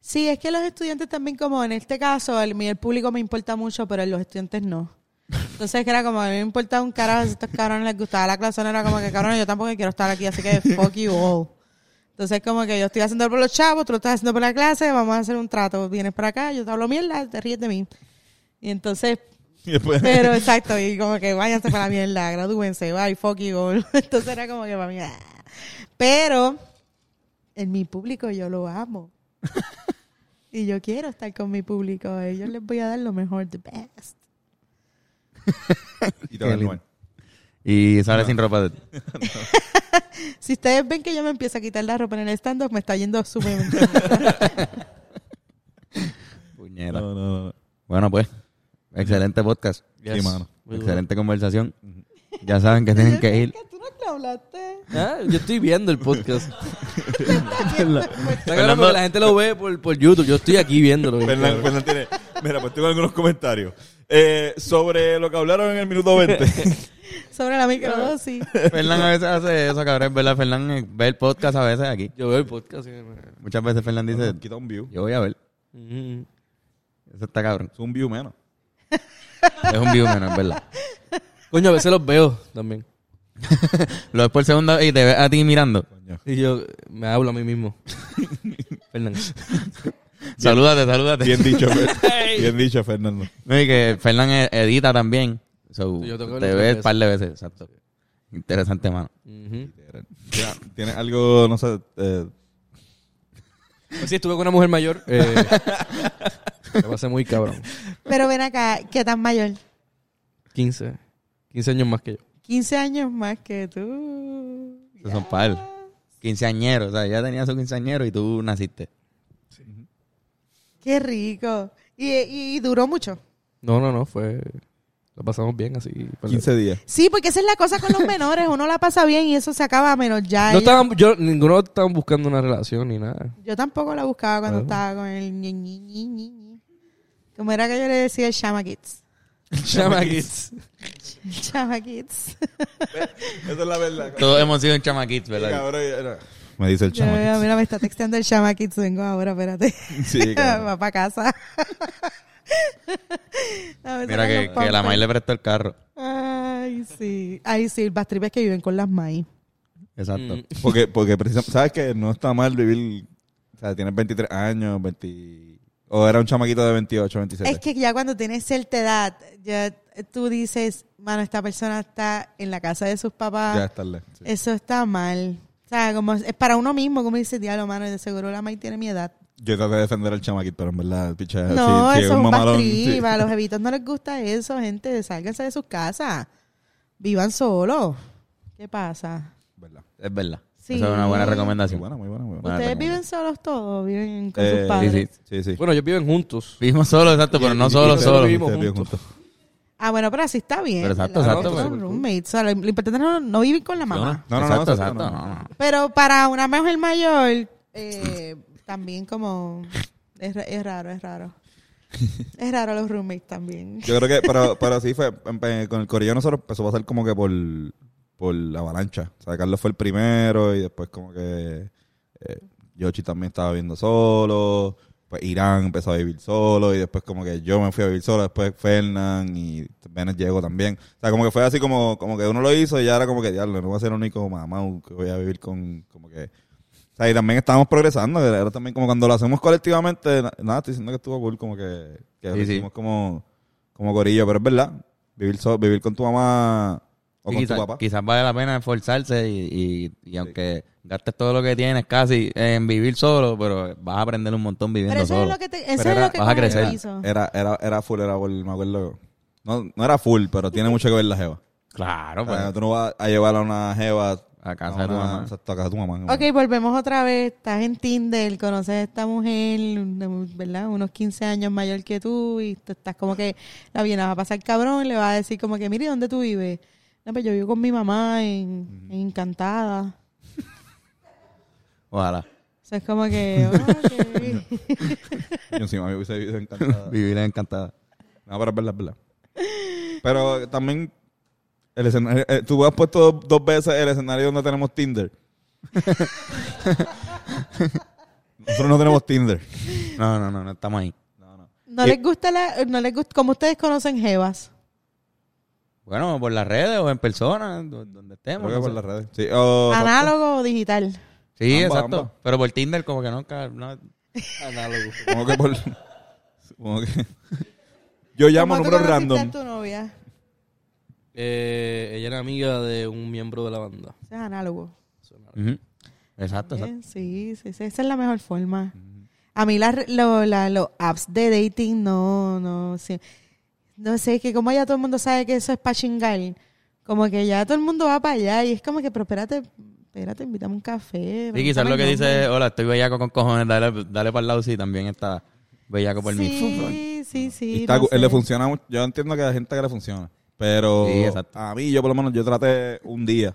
Speaker 4: Sí, es que los estudiantes también, como en este caso, el, el público me importa mucho, pero los estudiantes no. Entonces, que era como, a mí me importaba un carajo si estos cabrones les gustaba la clase, o no era como que, cabrón, yo tampoco quiero estar aquí, así que fuck you all. Entonces, como que yo estoy haciendo por los chavos, tú lo estás haciendo por la clase, vamos a hacer un trato. Vienes para acá, yo te hablo mierda, te ríes de mí. Y entonces,
Speaker 1: Y después-
Speaker 4: pero exacto, y como que váyanse para la mierda, gradúense, bye, fuck you all. Entonces era como que para mí, ah. Pero en mi público yo lo amo. Y yo quiero estar con mi público. A ellos les voy a dar lo mejor, the best.
Speaker 1: Y te va a
Speaker 3: Qué
Speaker 1: animar.
Speaker 3: Y sale sin ropa. de-
Speaker 4: Si ustedes ven que yo me empiezo a quitar la ropa en el stand-up, me está yendo súper bien.
Speaker 3: Puñeta.
Speaker 1: No, no, no.
Speaker 3: Bueno, pues. Excelente podcast.
Speaker 1: Sí, mano.
Speaker 5: Muy duro.
Speaker 3: Excelente conversación. Ya saben que tienen que ir.
Speaker 4: ¿Tú no te hablaste?
Speaker 5: Ah, yo estoy viendo el podcast. Está claro
Speaker 3: Fernando-
Speaker 5: porque la gente lo ve por, por YouTube. Yo estoy aquí viéndolo.
Speaker 1: Fernan- Fernan tiene. Mira, pues tengo algunos comentarios. Eh, sobre lo que hablaron en el minuto 20.
Speaker 4: Sobre la microdosis.
Speaker 3: Fernán a veces hace eso, cabrón. es ¿Verdad? Fernán eh, ve el podcast a veces aquí.
Speaker 5: Yo veo el podcast. y-
Speaker 3: Muchas veces Fernán dice,
Speaker 1: Quita un view.
Speaker 3: yo voy a ver.
Speaker 5: Mm.
Speaker 3: Eso está cabrón.
Speaker 1: Es un view menos.
Speaker 3: Es un view menos, es verdad.
Speaker 5: Coño, a veces los veo también.
Speaker 3: Lo ves por segunda vez y te ves a ti mirando.
Speaker 5: Y yo eh, me hablo a mí mismo. Fernan.
Speaker 3: Salúdate, salúdate.
Speaker 1: Bien dicho, Fer- bien dicho, Fernando.
Speaker 3: No, y que Fernán e- edita también. So,
Speaker 5: Yo tengo que
Speaker 3: te
Speaker 5: verlo
Speaker 3: ves
Speaker 5: tres
Speaker 3: un par de veces, exacto. Interesante, mano.
Speaker 5: Ujú.
Speaker 1: Ya, ¿Tienes algo, no sé, eh,
Speaker 5: Pues sí, estuve con una mujer mayor. Eh, la pasé muy cabrón.
Speaker 4: Pero ven acá, ¿qué tan mayor?
Speaker 5: 15. 15 años más que yo.
Speaker 4: 15 años más que tú.
Speaker 3: Esos Son par. Quinceañero, o sea, ya tenía su quinceañero y tú naciste.
Speaker 4: Qué rico. Y, y- y duró mucho.
Speaker 5: No, no, no, fue... La pasamos bien así.
Speaker 1: 15 días?
Speaker 4: Sí, porque esa es la cosa con los menores. Uno la pasa bien y eso se acaba menos ya. ella-
Speaker 5: No estaban, yo, ninguno estaban buscando una relación ni nada.
Speaker 4: Yo tampoco la buscaba cuando
Speaker 5: Ah.
Speaker 4: estaba con el ñi, ñi, ñi, ñi, ñi. Como era que yo le decía el Shama Kids.
Speaker 5: Chama Kids.
Speaker 4: Shama Kids.
Speaker 1: Esa es la verdad.
Speaker 3: Todos hemos sido un chamaquito, ¿verdad?
Speaker 1: Me dice el
Speaker 4: Yo,
Speaker 1: chamaquito.
Speaker 4: mira, mira, me está texteando el Shama Kids. Vengo ahora, espérate.
Speaker 1: Sí, cabrón.
Speaker 4: Va para casa. A ver,
Speaker 3: Mira que,
Speaker 4: sacan los
Speaker 3: que la
Speaker 4: pampers.
Speaker 3: May le prestó el carro.
Speaker 4: Ay, sí. Ay, sí, las tripes que viven con las maíz.
Speaker 3: Exacto.
Speaker 1: Porque, porque precisamente, ¿sabes que No está mal vivir, o sea, tienes 23 años, 20... O era un chamaquito de 28, 27.
Speaker 4: Es que ya cuando tienes cierta edad, ya tú dices, mano, esta persona está en la casa de sus papás.
Speaker 1: Ya es tarde. sí.
Speaker 4: Eso está mal. O sea, como es para uno mismo, como dice diablo, mano, de seguro la May tiene mi edad.
Speaker 1: Yo traté de defender al chamaquito, pero en verdad, picha,
Speaker 4: no,
Speaker 1: si- si
Speaker 4: eso es un
Speaker 1: mamalón, Ah, sí.
Speaker 4: bastriba. A los evitos no les gusta eso, gente. Sálganse de sus casas. Vivan solos. ¿Qué pasa?
Speaker 1: Verdad.
Speaker 3: Es verdad.
Speaker 4: Sí.
Speaker 3: Esa es una buena
Speaker 1: Muy
Speaker 3: recomendación.
Speaker 1: buena, muy buena, muy buena.
Speaker 3: Buena
Speaker 4: ¿Ustedes viven
Speaker 3: recomendación.
Speaker 4: solos todos? ¿Viven con
Speaker 1: Eh,
Speaker 4: sus padres?
Speaker 1: sí, sí, sí, sí.
Speaker 5: Bueno, ellos viven juntos.
Speaker 3: Vivimos solos, exacto, pero no
Speaker 5: y-
Speaker 3: solo,
Speaker 5: y-
Speaker 3: solo.
Speaker 5: vivimos
Speaker 1: Ustedes viven
Speaker 5: juntos.
Speaker 1: juntos.
Speaker 4: Ah, bueno, pero así está bien.
Speaker 3: Pero exacto,
Speaker 4: ¿verdad?
Speaker 5: exacto,
Speaker 4: Son
Speaker 5: pero-
Speaker 4: roommates. O sea, lo, lo importante es no, no vivir con la mamá.
Speaker 1: No, no, no,
Speaker 3: exacto,
Speaker 1: exacto,
Speaker 3: exacto.
Speaker 1: no,
Speaker 3: no, no.
Speaker 4: Pero para una mujer mayor, eh, también como... Es, ra- es raro, es raro. Es raro los roommates también.
Speaker 1: Yo creo que, pero, pero sí fue, empe- con el corillo nosotros empezó a pasar como que por, por la avalancha. O sea, Carlos fue el primero y después como que eh, Yoshi también estaba viviendo solo, pues Irán empezó a vivir solo y después como que yo me fui a vivir solo, después Fernán y Benes llegó también. O sea, como que fue así como, como que uno lo hizo y ya era como que, diablo, no voy a ser el único mamá que voy a vivir con, como que... O sea, y también estábamos progresando, que era también como cuando lo hacemos colectivamente, na- nada, estoy diciendo que estuvo cool, como que, que lo
Speaker 3: Sí, sí.
Speaker 1: hicimos como, como corillo, pero es verdad, vivir so- vivir con tu mamá o
Speaker 3: Y
Speaker 1: con
Speaker 3: quizá-
Speaker 1: tu papá.
Speaker 3: Quizás vale la pena esforzarse y, y- y aunque gastes todo lo que tienes casi en vivir solo, pero vas a aprender un montón viviendo
Speaker 4: Pero eso
Speaker 3: solo.
Speaker 4: es lo que te, eso
Speaker 1: Pero
Speaker 4: es
Speaker 1: era-
Speaker 4: lo que
Speaker 3: vas a
Speaker 4: Juan
Speaker 3: crecer.
Speaker 4: hizo.
Speaker 1: Era, era, era full, era por, me acuerdo. No, no era full, pero tiene mucho que ver la jeva.
Speaker 3: Claro,
Speaker 1: O sea,
Speaker 3: pues.
Speaker 1: tú no vas a llevar a una jeva
Speaker 3: A casa
Speaker 1: a
Speaker 3: de tu
Speaker 1: una-
Speaker 3: mamá.
Speaker 1: exacto, a casa de tu mamá.
Speaker 4: Ok, volvemos otra vez. Estás en Tinder, conoces a esta mujer, una- ¿verdad? Unos 15 años mayor que tú y tú estás como que la vienes a pasar cabrón y le vas a decir como que, mire, ¿dónde tú vives? No, pues yo vivo con mi mamá en, en Encantada.
Speaker 3: Ojalá.
Speaker 4: O sea, es como que, ok.
Speaker 1: Yo encima me hubiese vivido encantada.
Speaker 3: Vivir encantada.
Speaker 1: No, pero es verdad, es verdad. Pero también, el escenario, eh, tú has puesto dos, dos veces el escenario donde tenemos Tinder. Nosotros no tenemos Tinder.
Speaker 3: No, no, no, no estamos ahí.
Speaker 4: ¿No les gusta la, no les gusta, como ustedes conocen Jevas?
Speaker 3: Bueno, por las redes o en persona, do- donde estemos.
Speaker 1: Creo que
Speaker 3: no
Speaker 1: por
Speaker 3: sé.
Speaker 1: las redes. Sí, o-
Speaker 4: ¿Análogo o digital?
Speaker 3: Sí,
Speaker 1: Ambas,
Speaker 3: exacto.
Speaker 1: ambas.
Speaker 3: Pero por Tinder como que nunca... No,
Speaker 1: Supongo que por. Supongo que. Yo llamo a
Speaker 4: ¿Cómo tú
Speaker 1: números
Speaker 4: conociste
Speaker 1: random.
Speaker 4: a tu novia?
Speaker 5: Eh, ella era amiga de un miembro de la banda.
Speaker 4: Eso es análogo.
Speaker 3: Ujú. Exacto, exacto.
Speaker 4: Bien, Eh, Sí, sí, sí, esa es la mejor forma. A mí las lo- la- los apps de dating, no, no, sí. No sé, que como ya todo el mundo sabe que eso es para chingar, como que ya todo el mundo va para allá y es como que, pero espérate, espérate, invítame un café.
Speaker 3: Y quizás
Speaker 4: pregúntame
Speaker 3: lo que
Speaker 4: el
Speaker 3: dice, hola, estoy bellaco con cojones, dale, dale para el lado, sí, también está bellaco por
Speaker 4: nombre.
Speaker 3: mí.
Speaker 4: Sí, sí, sí.
Speaker 1: Y está
Speaker 4: no
Speaker 1: gu- le
Speaker 4: sé.
Speaker 1: funciona mucho. Yo entiendo que a la gente que le funciona. Pero
Speaker 3: Sí, exacto.
Speaker 1: a mí, yo por lo menos, yo traté un día.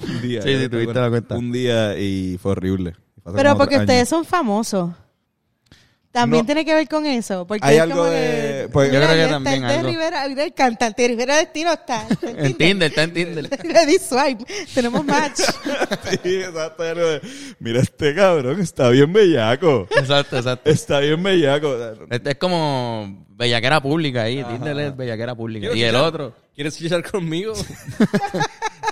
Speaker 1: un día.
Speaker 3: Sí, sí,
Speaker 1: Yo
Speaker 3: tuviste
Speaker 1: recuerdo
Speaker 3: la cuenta.
Speaker 1: Un día y fue horrible. Fue hace
Speaker 4: Pero
Speaker 1: como
Speaker 4: porque
Speaker 1: tres años.
Speaker 4: ustedes son famosos. También
Speaker 1: No.
Speaker 4: tiene que ver con eso. Porque
Speaker 1: Hay
Speaker 4: es
Speaker 1: algo
Speaker 4: como
Speaker 1: de-
Speaker 4: que-
Speaker 1: pues-
Speaker 4: mira,
Speaker 3: Yo creo que
Speaker 4: ahí está
Speaker 3: también
Speaker 4: el de
Speaker 3: algo.
Speaker 4: Rivera, mira, el cantante de Rivera Destino está. está
Speaker 3: En Tinder, está en Tinder.
Speaker 4: Le di swipe. Tenemos match.
Speaker 1: Sí, exacto. era de, Mira, este cabrón está bien bellaco.
Speaker 3: Exacto, exacto.
Speaker 1: Está bien bellaco.
Speaker 4: Ah,
Speaker 3: Este es como bellaquera pública ahí. Tinder es bellaquera pública. Y el otro.
Speaker 5: ¿Quieres chichar conmigo?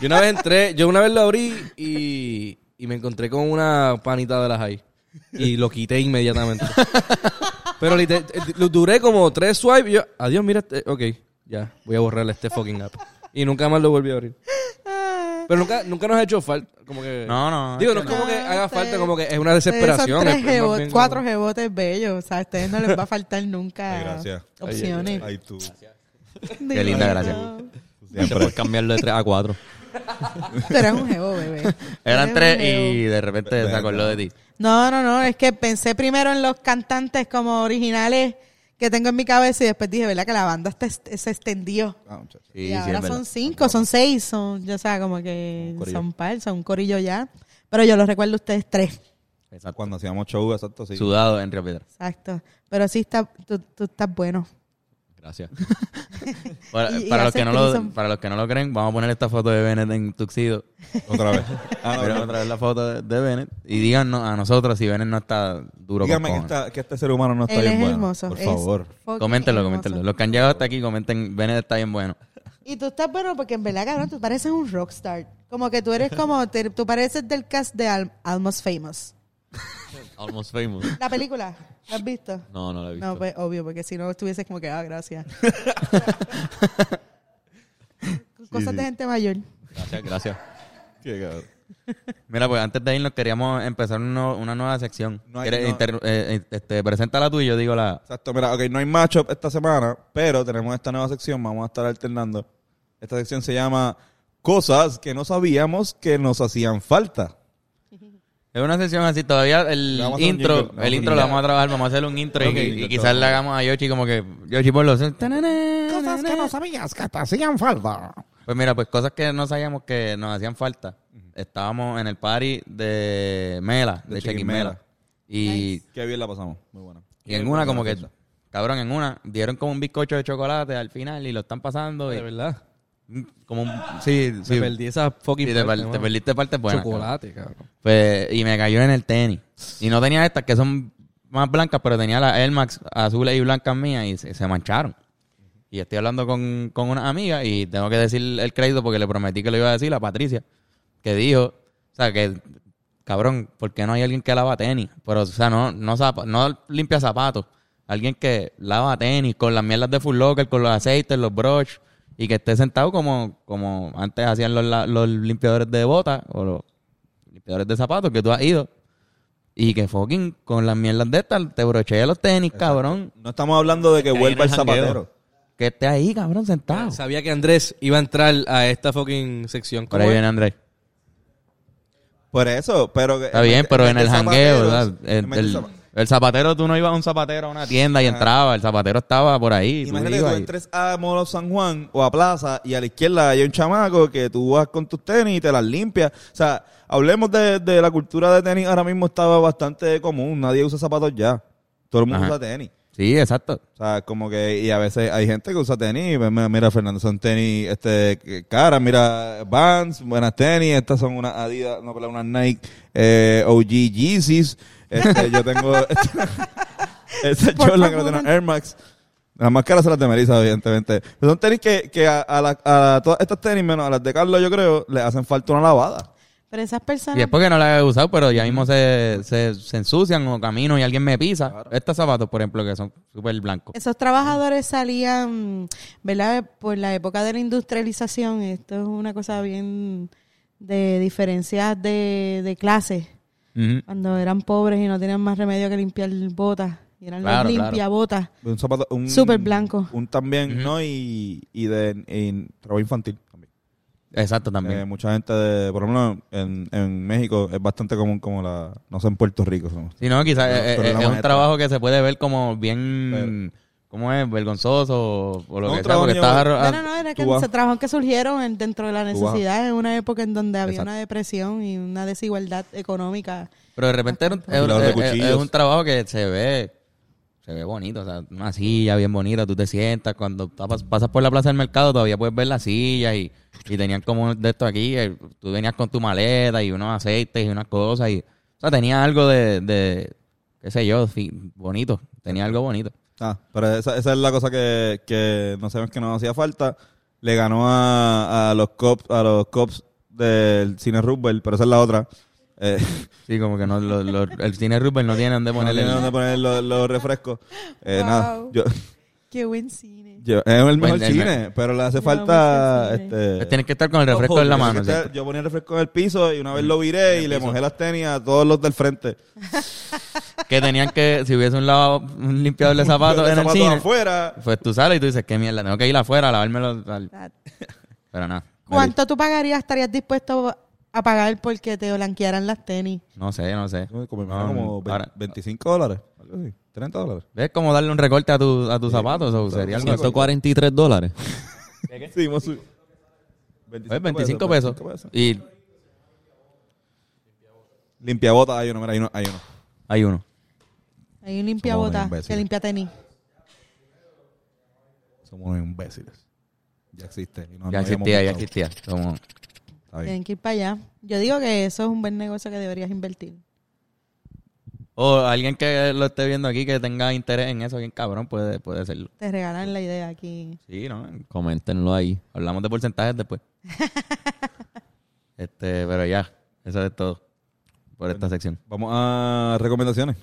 Speaker 5: yo una vez entré, yo una vez lo abrí y, y me encontré con una panita de las ahí. Y lo quité inmediatamente. Pero liter- eh, lo duré como tres swipes y yo, adiós, mira, este- ok, ya, voy a borrarle este fucking app. Y nunca más lo volví a abrir. Pero nunca, nunca nos ha hecho falta, como que...
Speaker 3: No, no.
Speaker 5: Digo, no
Speaker 3: es
Speaker 5: es
Speaker 3: que
Speaker 5: como que haga
Speaker 4: Ustedes-
Speaker 5: falta, como que es una
Speaker 4: Son
Speaker 5: desesperación.
Speaker 4: tres
Speaker 5: es- es más
Speaker 4: jebo-
Speaker 5: bien como-
Speaker 4: cuatro rebotes bellos. O sea, a ustedes no les va a faltar nunca
Speaker 1: Ay, gracias.
Speaker 4: opciones.
Speaker 1: Ay, tú.
Speaker 4: Digo,
Speaker 3: Qué linda,
Speaker 4: no.
Speaker 3: gracias.
Speaker 2: Siempre. Por cambiarlo de 3 a 4.
Speaker 4: Tú eres un jevo, bebé. Tú eres
Speaker 3: Eran
Speaker 4: un
Speaker 3: tres
Speaker 4: jevo.
Speaker 3: y de repente se acordó de ti.
Speaker 4: No, no, no, es que pensé primero en los cantantes como originales que tengo en mi cabeza y después dije, ¿verdad? Que la banda este- este- se extendió.
Speaker 1: Ah, muchacho.
Speaker 3: Sí,
Speaker 4: y
Speaker 3: sí,
Speaker 4: ahora
Speaker 3: es verdad.
Speaker 4: son cinco, son seis, son, ya sea, como que
Speaker 1: Un corillo.
Speaker 4: son par, son un corillo ya. Pero yo los recuerdo a ustedes tres.
Speaker 3: Exacto.
Speaker 1: Cuando hacíamos show, exacto, sí.
Speaker 3: Sudado en Río Piedra.
Speaker 4: Exacto. Pero sí, está, tú, tú estás bueno.
Speaker 2: Gracias.
Speaker 3: Para,
Speaker 4: Y- y
Speaker 3: para los
Speaker 4: hace
Speaker 3: que no lo,
Speaker 4: threesome.
Speaker 3: para los que no lo creen, vamos a poner esta foto de Bennett en Tuxedo.
Speaker 1: Otra vez. Ah, no,
Speaker 3: Vamos
Speaker 1: no,
Speaker 3: a traer la foto de, de Bennett. Y díganos a nosotros si Bennett no está duro
Speaker 1: Dígame que,
Speaker 3: con cojones.
Speaker 1: esta- que este ser humano no está
Speaker 4: Él
Speaker 1: bien
Speaker 4: es
Speaker 1: bueno.
Speaker 4: hermoso.
Speaker 1: Por
Speaker 4: es
Speaker 1: favor.
Speaker 4: fucking
Speaker 3: Coméntenlo,
Speaker 4: hermoso.
Speaker 3: coméntenlo. Los que han llegado hasta aquí, comenten, Bennett está bien bueno.
Speaker 4: Y tú estás bueno porque en verdad, cabrón, tú pareces un rockstar. Como que tú eres como, te- tú pareces del cast de Al- Almost Famous.
Speaker 2: Almost famous.
Speaker 4: La película, ¿la has visto?
Speaker 2: No, no lo he visto.
Speaker 4: No, pues obvio, porque si no estuvieses como que, ah, gracias. Cosas de gente mayor.
Speaker 2: Gracias, gracias.
Speaker 1: Qué cabrón.
Speaker 3: Mira, pues antes de irnos queríamos empezar un nuevo- una nueva sección.
Speaker 1: No hay-
Speaker 3: ¿Quieres
Speaker 1: no-
Speaker 3: inter- eh, eh, este, preséntala tú y yo digo la...
Speaker 1: Exacto, mira, ok, no hay matchup esta semana, pero tenemos esta nueva sección, vamos a estar alternando. Esta sección se llama Cosas que no sabíamos que nos hacían falta.
Speaker 3: Es una sección así, todavía el
Speaker 1: Le vamos a hacer un jingle, le
Speaker 3: intro,
Speaker 1: vamos a hacer
Speaker 3: el
Speaker 1: un
Speaker 3: intro lo
Speaker 1: jingle.
Speaker 3: vamos a trabajar, vamos a hacer un intro y-
Speaker 1: Ok,
Speaker 3: y,
Speaker 1: listo.
Speaker 3: quizás le hagamos a Yoshi como que, Yoshi por los... Cosas que no
Speaker 8: sabías que te hacían falta.
Speaker 3: Pues mira, pues cosas que no sabíamos que nos hacían falta. Estábamos en el party de Mela,
Speaker 1: De
Speaker 3: de, Chequimela.
Speaker 1: Chequimela.
Speaker 3: Y,
Speaker 1: Qué bien la pasamos, muy buena.
Speaker 3: y en una como que, cabrón, en una, dieron como un bizcocho de chocolate al final y lo están pasando.
Speaker 5: De
Speaker 3: Y,
Speaker 5: verdad.
Speaker 3: como un, sí, sí.
Speaker 5: Me perdí esa
Speaker 3: Y
Speaker 5: fucking
Speaker 3: te,
Speaker 5: parte,
Speaker 3: per- te
Speaker 5: mano.
Speaker 3: perdiste parte buena.
Speaker 5: Chocolate, cabrón.
Speaker 3: Pues, y me cayó en el tenis. Y no tenía estas que son más blancas, pero tenía las Air Max azules y blancas mías y se, se mancharon. Y estoy hablando con, con una amiga y tengo que decir el crédito porque le prometí que lo iba a decir a Patricia, que dijo, o sea, que cabrón, ¿por qué no hay alguien que lava tenis? Pero, o sea, no, no, zap- no limpia zapatos. Alguien que lava tenis con las mierdas de Full Locker, con los aceites, los brush, y que esté sentado como, como antes hacían los, la- los limpiadores de botas o los limpiadores de zapatos que tú has ido. Y que fucking con las mierdas de estas te brochee los tenis, cabrón.
Speaker 1: No estamos hablando de que
Speaker 2: ahí
Speaker 1: vuelva el
Speaker 2: en el jangueo.
Speaker 1: zapatero.
Speaker 3: Que esté ahí, cabrón, sentado.
Speaker 5: Sabía que Andrés iba a entrar a esta fucking sección.
Speaker 3: Por ahí
Speaker 5: ¿Cómo es?
Speaker 3: viene Andrés.
Speaker 1: Por eso, pero...
Speaker 3: Está bien, pero en el jangueo, ¿verdad? El, el-
Speaker 1: el,
Speaker 3: el zapatero, tú no ibas a un zapatero a una tienda y entraba. El zapatero estaba por ahí. tú
Speaker 1: Imagínate que
Speaker 3: ibas
Speaker 1: tú
Speaker 3: y-
Speaker 1: entres a Molo San Juan o a Plaza y a la izquierda hay un chamaco que tú vas con tus tenis y te las limpias. O sea, hablemos de, de la cultura de tenis. Ahora mismo estaba bastante común. Nadie usa zapatos ya. Todo el mundo
Speaker 3: Ajá.
Speaker 1: usa tenis.
Speaker 3: Sí, exacto.
Speaker 1: O sea, como que... Y a veces hay gente que usa tenis. Mira, mira, Fernando, son tenis este, que- caras. Mira, Vans, buenas tenis. Estas son unas Adidas, no, perdón, unas Nike eh, OG Yeezys. Este, yo tengo... Esa
Speaker 4: Por
Speaker 1: chola que no
Speaker 4: favor.
Speaker 1: tiene Air Max. Las más caras son las de Melissa, evidentemente. Pero son tenis que, que a, a la- a todas estas tenis, menos a las de Carlos, yo creo, le hacen falta una lavada.
Speaker 4: Pero esas
Speaker 3: Y
Speaker 4: personas.
Speaker 3: es porque no la he usado, pero ya mismo se, se, se ensucian o camino y alguien me pisa. Estos zapatos, por ejemplo, que son súper blancos.
Speaker 4: Esos trabajadores salían, ¿verdad? Por la época de la industrialización, esto es una cosa bien de diferencias de, de clases.
Speaker 3: Ujú.
Speaker 4: Cuando eran pobres y no tenían más remedio que limpiar botas. Y eran
Speaker 3: Claro,
Speaker 4: los
Speaker 3: claro.
Speaker 4: limpiabotas.
Speaker 1: Un zapato... Un,
Speaker 4: Súper blanco.
Speaker 1: Un también, ¿no? Y, y de y trabajo infantil. también.
Speaker 3: Exacto, también.
Speaker 1: Eh, mucha gente, de, por ejemplo, en, en México es bastante común como la... No sé, en Puerto Rico. ¿no?
Speaker 3: Si no, quizás
Speaker 1: Pero-
Speaker 3: eh, eh,
Speaker 1: pero
Speaker 3: es,
Speaker 1: la
Speaker 3: un
Speaker 1: maneta.
Speaker 3: trabajo que se puede ver como bien, ¿cómo es? Vergonzoso o, o lo
Speaker 1: No,
Speaker 3: que
Speaker 1: un
Speaker 3: sea, porque
Speaker 1: trabajo
Speaker 3: estás
Speaker 1: llevo-
Speaker 3: arro- ah,
Speaker 4: No, no, no, era
Speaker 1: Ah, tú
Speaker 4: que
Speaker 1: vas-
Speaker 4: se trabajaron que surgieron en- dentro de la
Speaker 1: Tú vas-
Speaker 4: necesidad en una época en donde había
Speaker 3: Exacto.
Speaker 4: una depresión y una desigualdad económica.
Speaker 3: Pero de repente era un- era-
Speaker 1: Tirador de
Speaker 3: es- es- es
Speaker 1: cuchillos.
Speaker 3: un trabajo que se ve se ve bonito, o sea, una silla bien bonita, tú te sientas, cuando tapas- pasas por la plaza del mercado todavía puedes ver la silla y, y tenían como de esto aquí, eh, tú venías con tu maleta y unos aceites y unas cosas y, o sea, tenía algo de, de qué sé yo, fi- bonito, tenía algo bonito.
Speaker 1: Ah, pero esa, esa es la cosa que, que no sabemos que nos hacía falta. Le ganó a, a los cops a los cops del cine Rubel, pero esa es la otra. Eh,
Speaker 3: Sí, como que no, lo- lo- el cine Rupert no tiene dónde
Speaker 1: no
Speaker 3: ponerle.
Speaker 1: tiene
Speaker 3: el-
Speaker 1: dónde poner los, los refrescos. Eh,
Speaker 4: Wow.
Speaker 1: Nada, yo,
Speaker 4: Qué buen cine.
Speaker 1: yo- es el mejor
Speaker 3: Bueno, el-
Speaker 1: cine, pero le hace
Speaker 4: Yo
Speaker 1: falta...
Speaker 4: amo ese cine.
Speaker 1: Este,
Speaker 3: Tienes Eh, que estar con el refresco en la
Speaker 1: Yo sé
Speaker 3: mano.
Speaker 1: que está-
Speaker 3: ¿cierto? Mm.
Speaker 1: yo ponía el refresco en el piso y una vez lo viré y le mojé las tenis a todos los del frente.
Speaker 3: Que tenían que, si hubiese un, lavabo- un limpiador de zapatos en el
Speaker 1: Zapatos
Speaker 3: cine,
Speaker 1: afuera.
Speaker 3: pues tú sales y tú dices, qué mierda, tengo que ir afuera a lavármelo. tal".
Speaker 4: That-
Speaker 3: Pero nada.
Speaker 4: ¿Cuánto tú pagarías, estarías dispuesto a pagar porque te blanquearan las tenis?
Speaker 3: No sé, no sé.
Speaker 1: Como,
Speaker 3: No,
Speaker 1: como
Speaker 3: ahora-
Speaker 1: 25 dólares, algo así, 30 dólares.
Speaker 3: ¿Ves cómo darle un recorte a, tu, a tus zapatos? O sería algo pues, así.
Speaker 2: 143 dólares.
Speaker 1: Sí, hemos subido.
Speaker 3: Pues, 25 pesos.
Speaker 1: 25 pesos.
Speaker 3: Y
Speaker 1: Limpiabotas, hay uno, mira, hay uno. Hay uno.
Speaker 3: hay uno.
Speaker 4: Hay un
Speaker 1: Somos
Speaker 4: limpiabota
Speaker 1: unos imbéciles.
Speaker 4: que limpia tenis.
Speaker 1: Somos unos imbéciles. Ya existe. y no-
Speaker 3: Ya
Speaker 1: no habíamos
Speaker 3: existía, ya
Speaker 1: pensado.
Speaker 3: existía. Como-
Speaker 1: Está bien.
Speaker 4: Tienen que ir para allá. Yo digo que eso es un buen negocio que deberías invertir.
Speaker 3: O alguien que lo esté viendo aquí que tenga interés en eso, bien cabrón, puede, puede hacerlo.
Speaker 4: Te regalan la idea aquí.
Speaker 3: Sí, ¿no?
Speaker 2: Coméntenlo ahí.
Speaker 3: Hablamos de porcentajes después. este, pero ya, eso es todo por esta sección.
Speaker 1: Vamos a recomendaciones.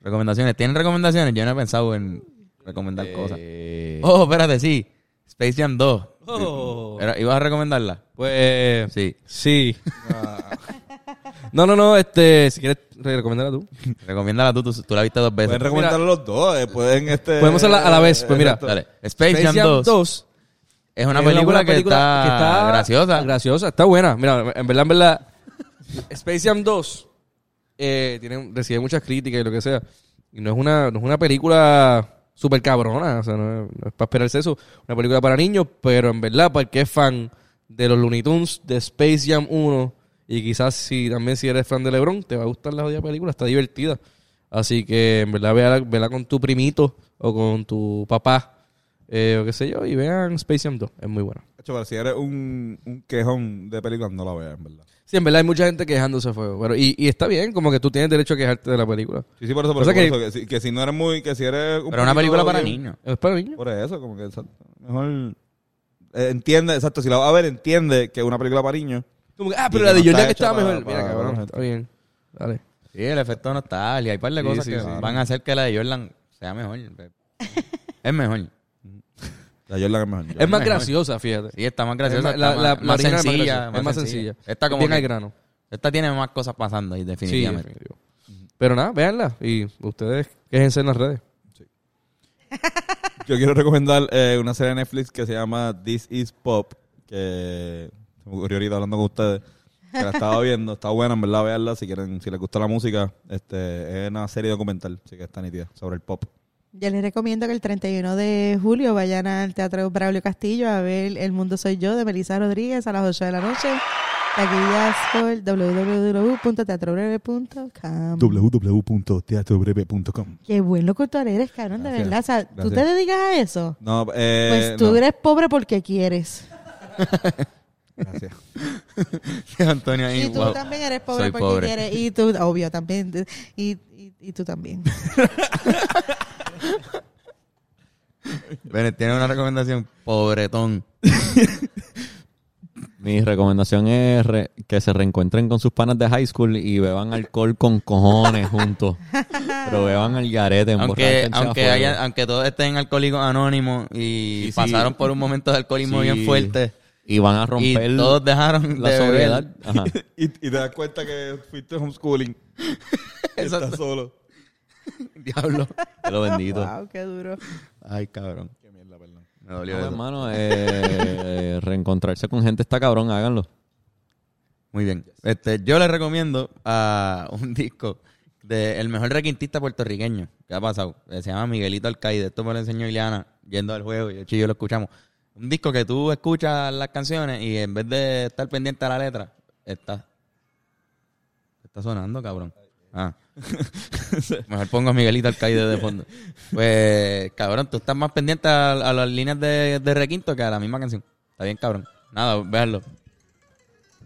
Speaker 3: Recomendaciones. ¿Tienen recomendaciones? Yo no he pensado en
Speaker 5: Eh,
Speaker 3: recomendar cosas. Oh, espérate, sí. Space Jam 2.
Speaker 5: Oh.
Speaker 3: Era- ¿Ibas a recomendarla?
Speaker 5: Pues
Speaker 3: Sí.
Speaker 5: sí. no, no, no, este, si quieres re- recomendarla tú.
Speaker 3: Recomiéndala tú, tú, tú la viste dos veces.
Speaker 1: Pueden recomendarlo los dos. eh, pueden este,
Speaker 5: Podemos hacerla a la vez, pues mira.
Speaker 1: exacto.
Speaker 3: Dale. Space, Jam 2, es una
Speaker 5: es
Speaker 3: película,
Speaker 5: buena
Speaker 3: que,
Speaker 5: película
Speaker 3: está
Speaker 5: que está
Speaker 3: graciosa.
Speaker 5: Graciosa, está buena. Mira, en verdad, en verdad, Space Jam 2 eh, tiene, recibe muchas críticas y lo que sea. Y no es una, no es una película súper cabrona, o sea, no es, no es para esperarse eso. Una película para niños, pero en verdad, para el que es fan de los Looney Tunes, de Space Jam 1, y quizás si también si eres fan de LeBron, te va a gustar la jodida película, está divertida. Así que en verdad, vela, vela con tu primito o con tu papá, eh, o qué sé yo, y vean Space Jam 2, es muy buena.
Speaker 1: Hacho, pero si eres un, un quejón de películas, no la veas, en verdad.
Speaker 5: Sí, en verdad hay mucha gente quejándose fuego. Pero, y, y está bien, como que tú tienes derecho a quejarte de la película.
Speaker 1: Sí, sí, por eso, por
Speaker 5: O sea
Speaker 1: eso,
Speaker 5: que-
Speaker 1: por eso, que, si, que si no eres muy, que si eres... un
Speaker 3: Pero una
Speaker 1: poquito
Speaker 3: película para
Speaker 1: bien-
Speaker 3: niños.
Speaker 5: Es para niños.
Speaker 1: Por eso, como que exacto, mejor eh, entiende, exacto, si la vas a ver, entiende que es una película para niños.
Speaker 5: Como que, ah,
Speaker 1: Y
Speaker 5: pero
Speaker 1: que
Speaker 5: la de
Speaker 1: no está
Speaker 5: Jordan estaba
Speaker 1: hecha
Speaker 5: mejor.
Speaker 1: para-
Speaker 5: Mira,
Speaker 1: para
Speaker 5: cabrón,
Speaker 1: gente.
Speaker 5: está bien. Dale.
Speaker 3: Sí, el efecto nostalgia. Hay un par de
Speaker 5: Sí,
Speaker 3: cosas
Speaker 5: sí,
Speaker 3: que
Speaker 5: sí.
Speaker 3: van a hacer que la de Jordan sea mejor. es mejor.
Speaker 1: La Jordan es mejor.
Speaker 5: Es más
Speaker 3: mejor.
Speaker 5: graciosa, fíjate.
Speaker 3: Sí, está más graciosa.
Speaker 5: Es más- la,
Speaker 3: está
Speaker 5: la-
Speaker 3: más,
Speaker 5: la
Speaker 3: más
Speaker 5: original
Speaker 3: sencilla.
Speaker 5: graciosa, es más sencilla.
Speaker 3: Esta, como
Speaker 5: bien
Speaker 3: que-
Speaker 5: al grano.
Speaker 3: esta tiene más cosas pasando ahí,
Speaker 5: Sí,
Speaker 3: definitivamente.
Speaker 5: definitivo. Pero nada, véanla. Y ustedes quéjense en las redes.
Speaker 1: Yo quiero recomendar eh, una serie de Netflix que se llama This is Pop, que se me ocurrió ahorita hablando con ustedes. Que la estaba viendo, está buena, en verdad, veanla si quieren, si les gusta la música. Este, es una serie documental, así que está nítida, sobre el pop.
Speaker 4: Yo les recomiendo que el 31 de julio vayan al Teatro Braulio Castillo a ver El Mundo Soy Yo de Melissa Rodríguez a las 8 de la noche. Taquillas por www.teatrobreve.com.
Speaker 1: www.teatrobreve.com
Speaker 4: Qué buen locutor eres, cabrón, de
Speaker 1: Gracias.
Speaker 4: verdad. O sea, ¿tú te
Speaker 1: Gracias.
Speaker 4: dedicas a eso?
Speaker 1: No, eh,
Speaker 4: Pues tú
Speaker 1: no.
Speaker 4: eres pobre porque quieres.
Speaker 1: Gracias.
Speaker 3: Antonio ahí,
Speaker 4: Y tú
Speaker 3: wow.
Speaker 4: también eres pobre
Speaker 3: Soy
Speaker 4: porque
Speaker 3: pobre.
Speaker 4: quieres. Y tú, obvio, también. Y, y, y tú también.
Speaker 3: Bennett, tiene una recomendación. Pobretón.
Speaker 2: Mi recomendación es re- que se reencuentren con sus panas de high school y beban alcohol con cojones juntos. Pero beban al garete,
Speaker 3: Aunque,
Speaker 2: emborráchense a
Speaker 3: aunque,
Speaker 2: fuego.
Speaker 3: haya, aunque todos estén alcohólicos anónimos y
Speaker 2: Sí, sí.
Speaker 3: pasaron por un momento de alcoholismo
Speaker 2: Sí.
Speaker 3: bien fuerte.
Speaker 2: Y van a romper
Speaker 3: Y todos dejaron
Speaker 2: la
Speaker 3: de beber.
Speaker 2: sobriedad. Ajá.
Speaker 1: y, y te das cuenta que fuiste homeschooling. Y Estás solo.
Speaker 3: Diablo.
Speaker 2: Te lo bendito.
Speaker 4: wow, qué duro.
Speaker 3: Ay, cabrón. Qué mierda, perdón. Me dolió
Speaker 2: No,
Speaker 3: eso.
Speaker 2: hermano, eh, reencontrarse con gente está cabrón, háganlo.
Speaker 3: Muy bien. Este, yo les recomiendo a un disco de el mejor requintista puertorriqueño que ha pasado. Eh, Se llama Miguelito Alcaide. Esto me lo enseñó Ileana yendo al juego y el yo lo escuchamos. Un disco que tú escuchas las canciones y en vez de estar pendiente a la letra, está, está sonando, cabrón. Ah. Mejor pongo a Miguelito Alcaide de fondo. Pues, cabrón, tú estás más pendiente a, a las líneas de, de requinto que a la misma canción. Está bien, cabrón. Nada, véanlo.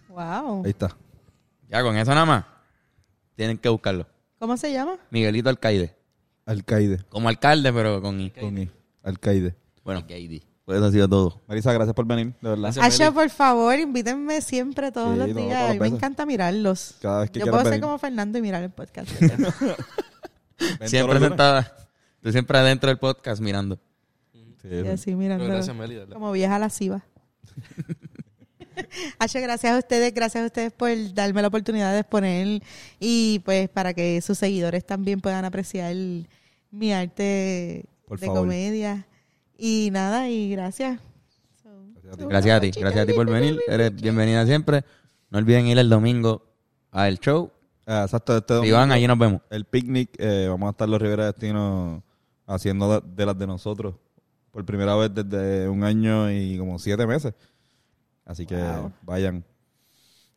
Speaker 4: Wow.
Speaker 1: Ahí está.
Speaker 3: Ya con eso nada más. Tienen que buscarlo.
Speaker 4: ¿Cómo se llama?
Speaker 3: Miguelito Alcaide.
Speaker 1: Alcaide.
Speaker 3: Como alcalde, pero con I.
Speaker 1: Con I. Alcaide.
Speaker 3: Bueno, pues eso ha sido todo.
Speaker 1: Marisa, gracias por venir, de verdad.
Speaker 4: Asha, por favor, invítenme siempre todos
Speaker 1: Sí,
Speaker 4: los
Speaker 1: no,
Speaker 4: días.
Speaker 1: todas
Speaker 4: A mí me
Speaker 1: veces.
Speaker 4: encanta mirarlos.
Speaker 1: Cada vez que
Speaker 4: Yo
Speaker 1: quieras
Speaker 4: puedo ser
Speaker 1: venir.
Speaker 4: como Fernando y mirar el podcast.
Speaker 1: Ven
Speaker 3: Siempre
Speaker 1: todos los lunes.
Speaker 3: sentada. Tú siempre adentro del podcast mirando.
Speaker 1: Sí,
Speaker 4: y
Speaker 1: sí.
Speaker 4: así mirando.
Speaker 5: Gracias, Meli. de verdad.
Speaker 4: Como vieja lasciva. H, gracias a ustedes, gracias a ustedes por darme la oportunidad de exponer y pues para que sus seguidores también puedan apreciar mi arte
Speaker 1: Por
Speaker 4: de
Speaker 1: favor.
Speaker 4: comedia. Y nada, y gracias.
Speaker 3: Gracias a ti. Gracias a ti por venir. Eres bienvenida siempre. No olviden ir el domingo al show.
Speaker 1: Ah, exacto, este domingo,
Speaker 3: Iván, allí nos vemos.
Speaker 1: el picnic, eh, vamos a estar los Rivera Destino haciendo de, de las de nosotros por primera vez desde un año y como siete meses. Así que vayan.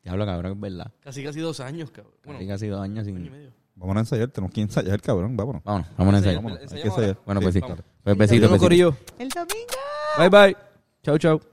Speaker 3: Diablo, cabrón, es verdad.
Speaker 5: Casi casi dos años, cabrón. Bueno,
Speaker 3: Así que ha sido años
Speaker 5: año y
Speaker 3: sin.
Speaker 5: medio.
Speaker 1: Vamos a ensayar, tenemos que ensayar, cabrón, vámonos.
Speaker 3: Vámonos, vámonos en serio.
Speaker 1: Vámonos, hay que
Speaker 3: pues
Speaker 5: ¿Ensayamos ahora?
Speaker 1: ensayar.
Speaker 3: Bueno, pues sí.
Speaker 1: claro.
Speaker 3: Pues
Speaker 5: Nos
Speaker 3: besitos,
Speaker 5: vemos,
Speaker 3: besitos.
Speaker 5: corillo.
Speaker 4: El domingo.
Speaker 5: Bye, bye. Chau, chau.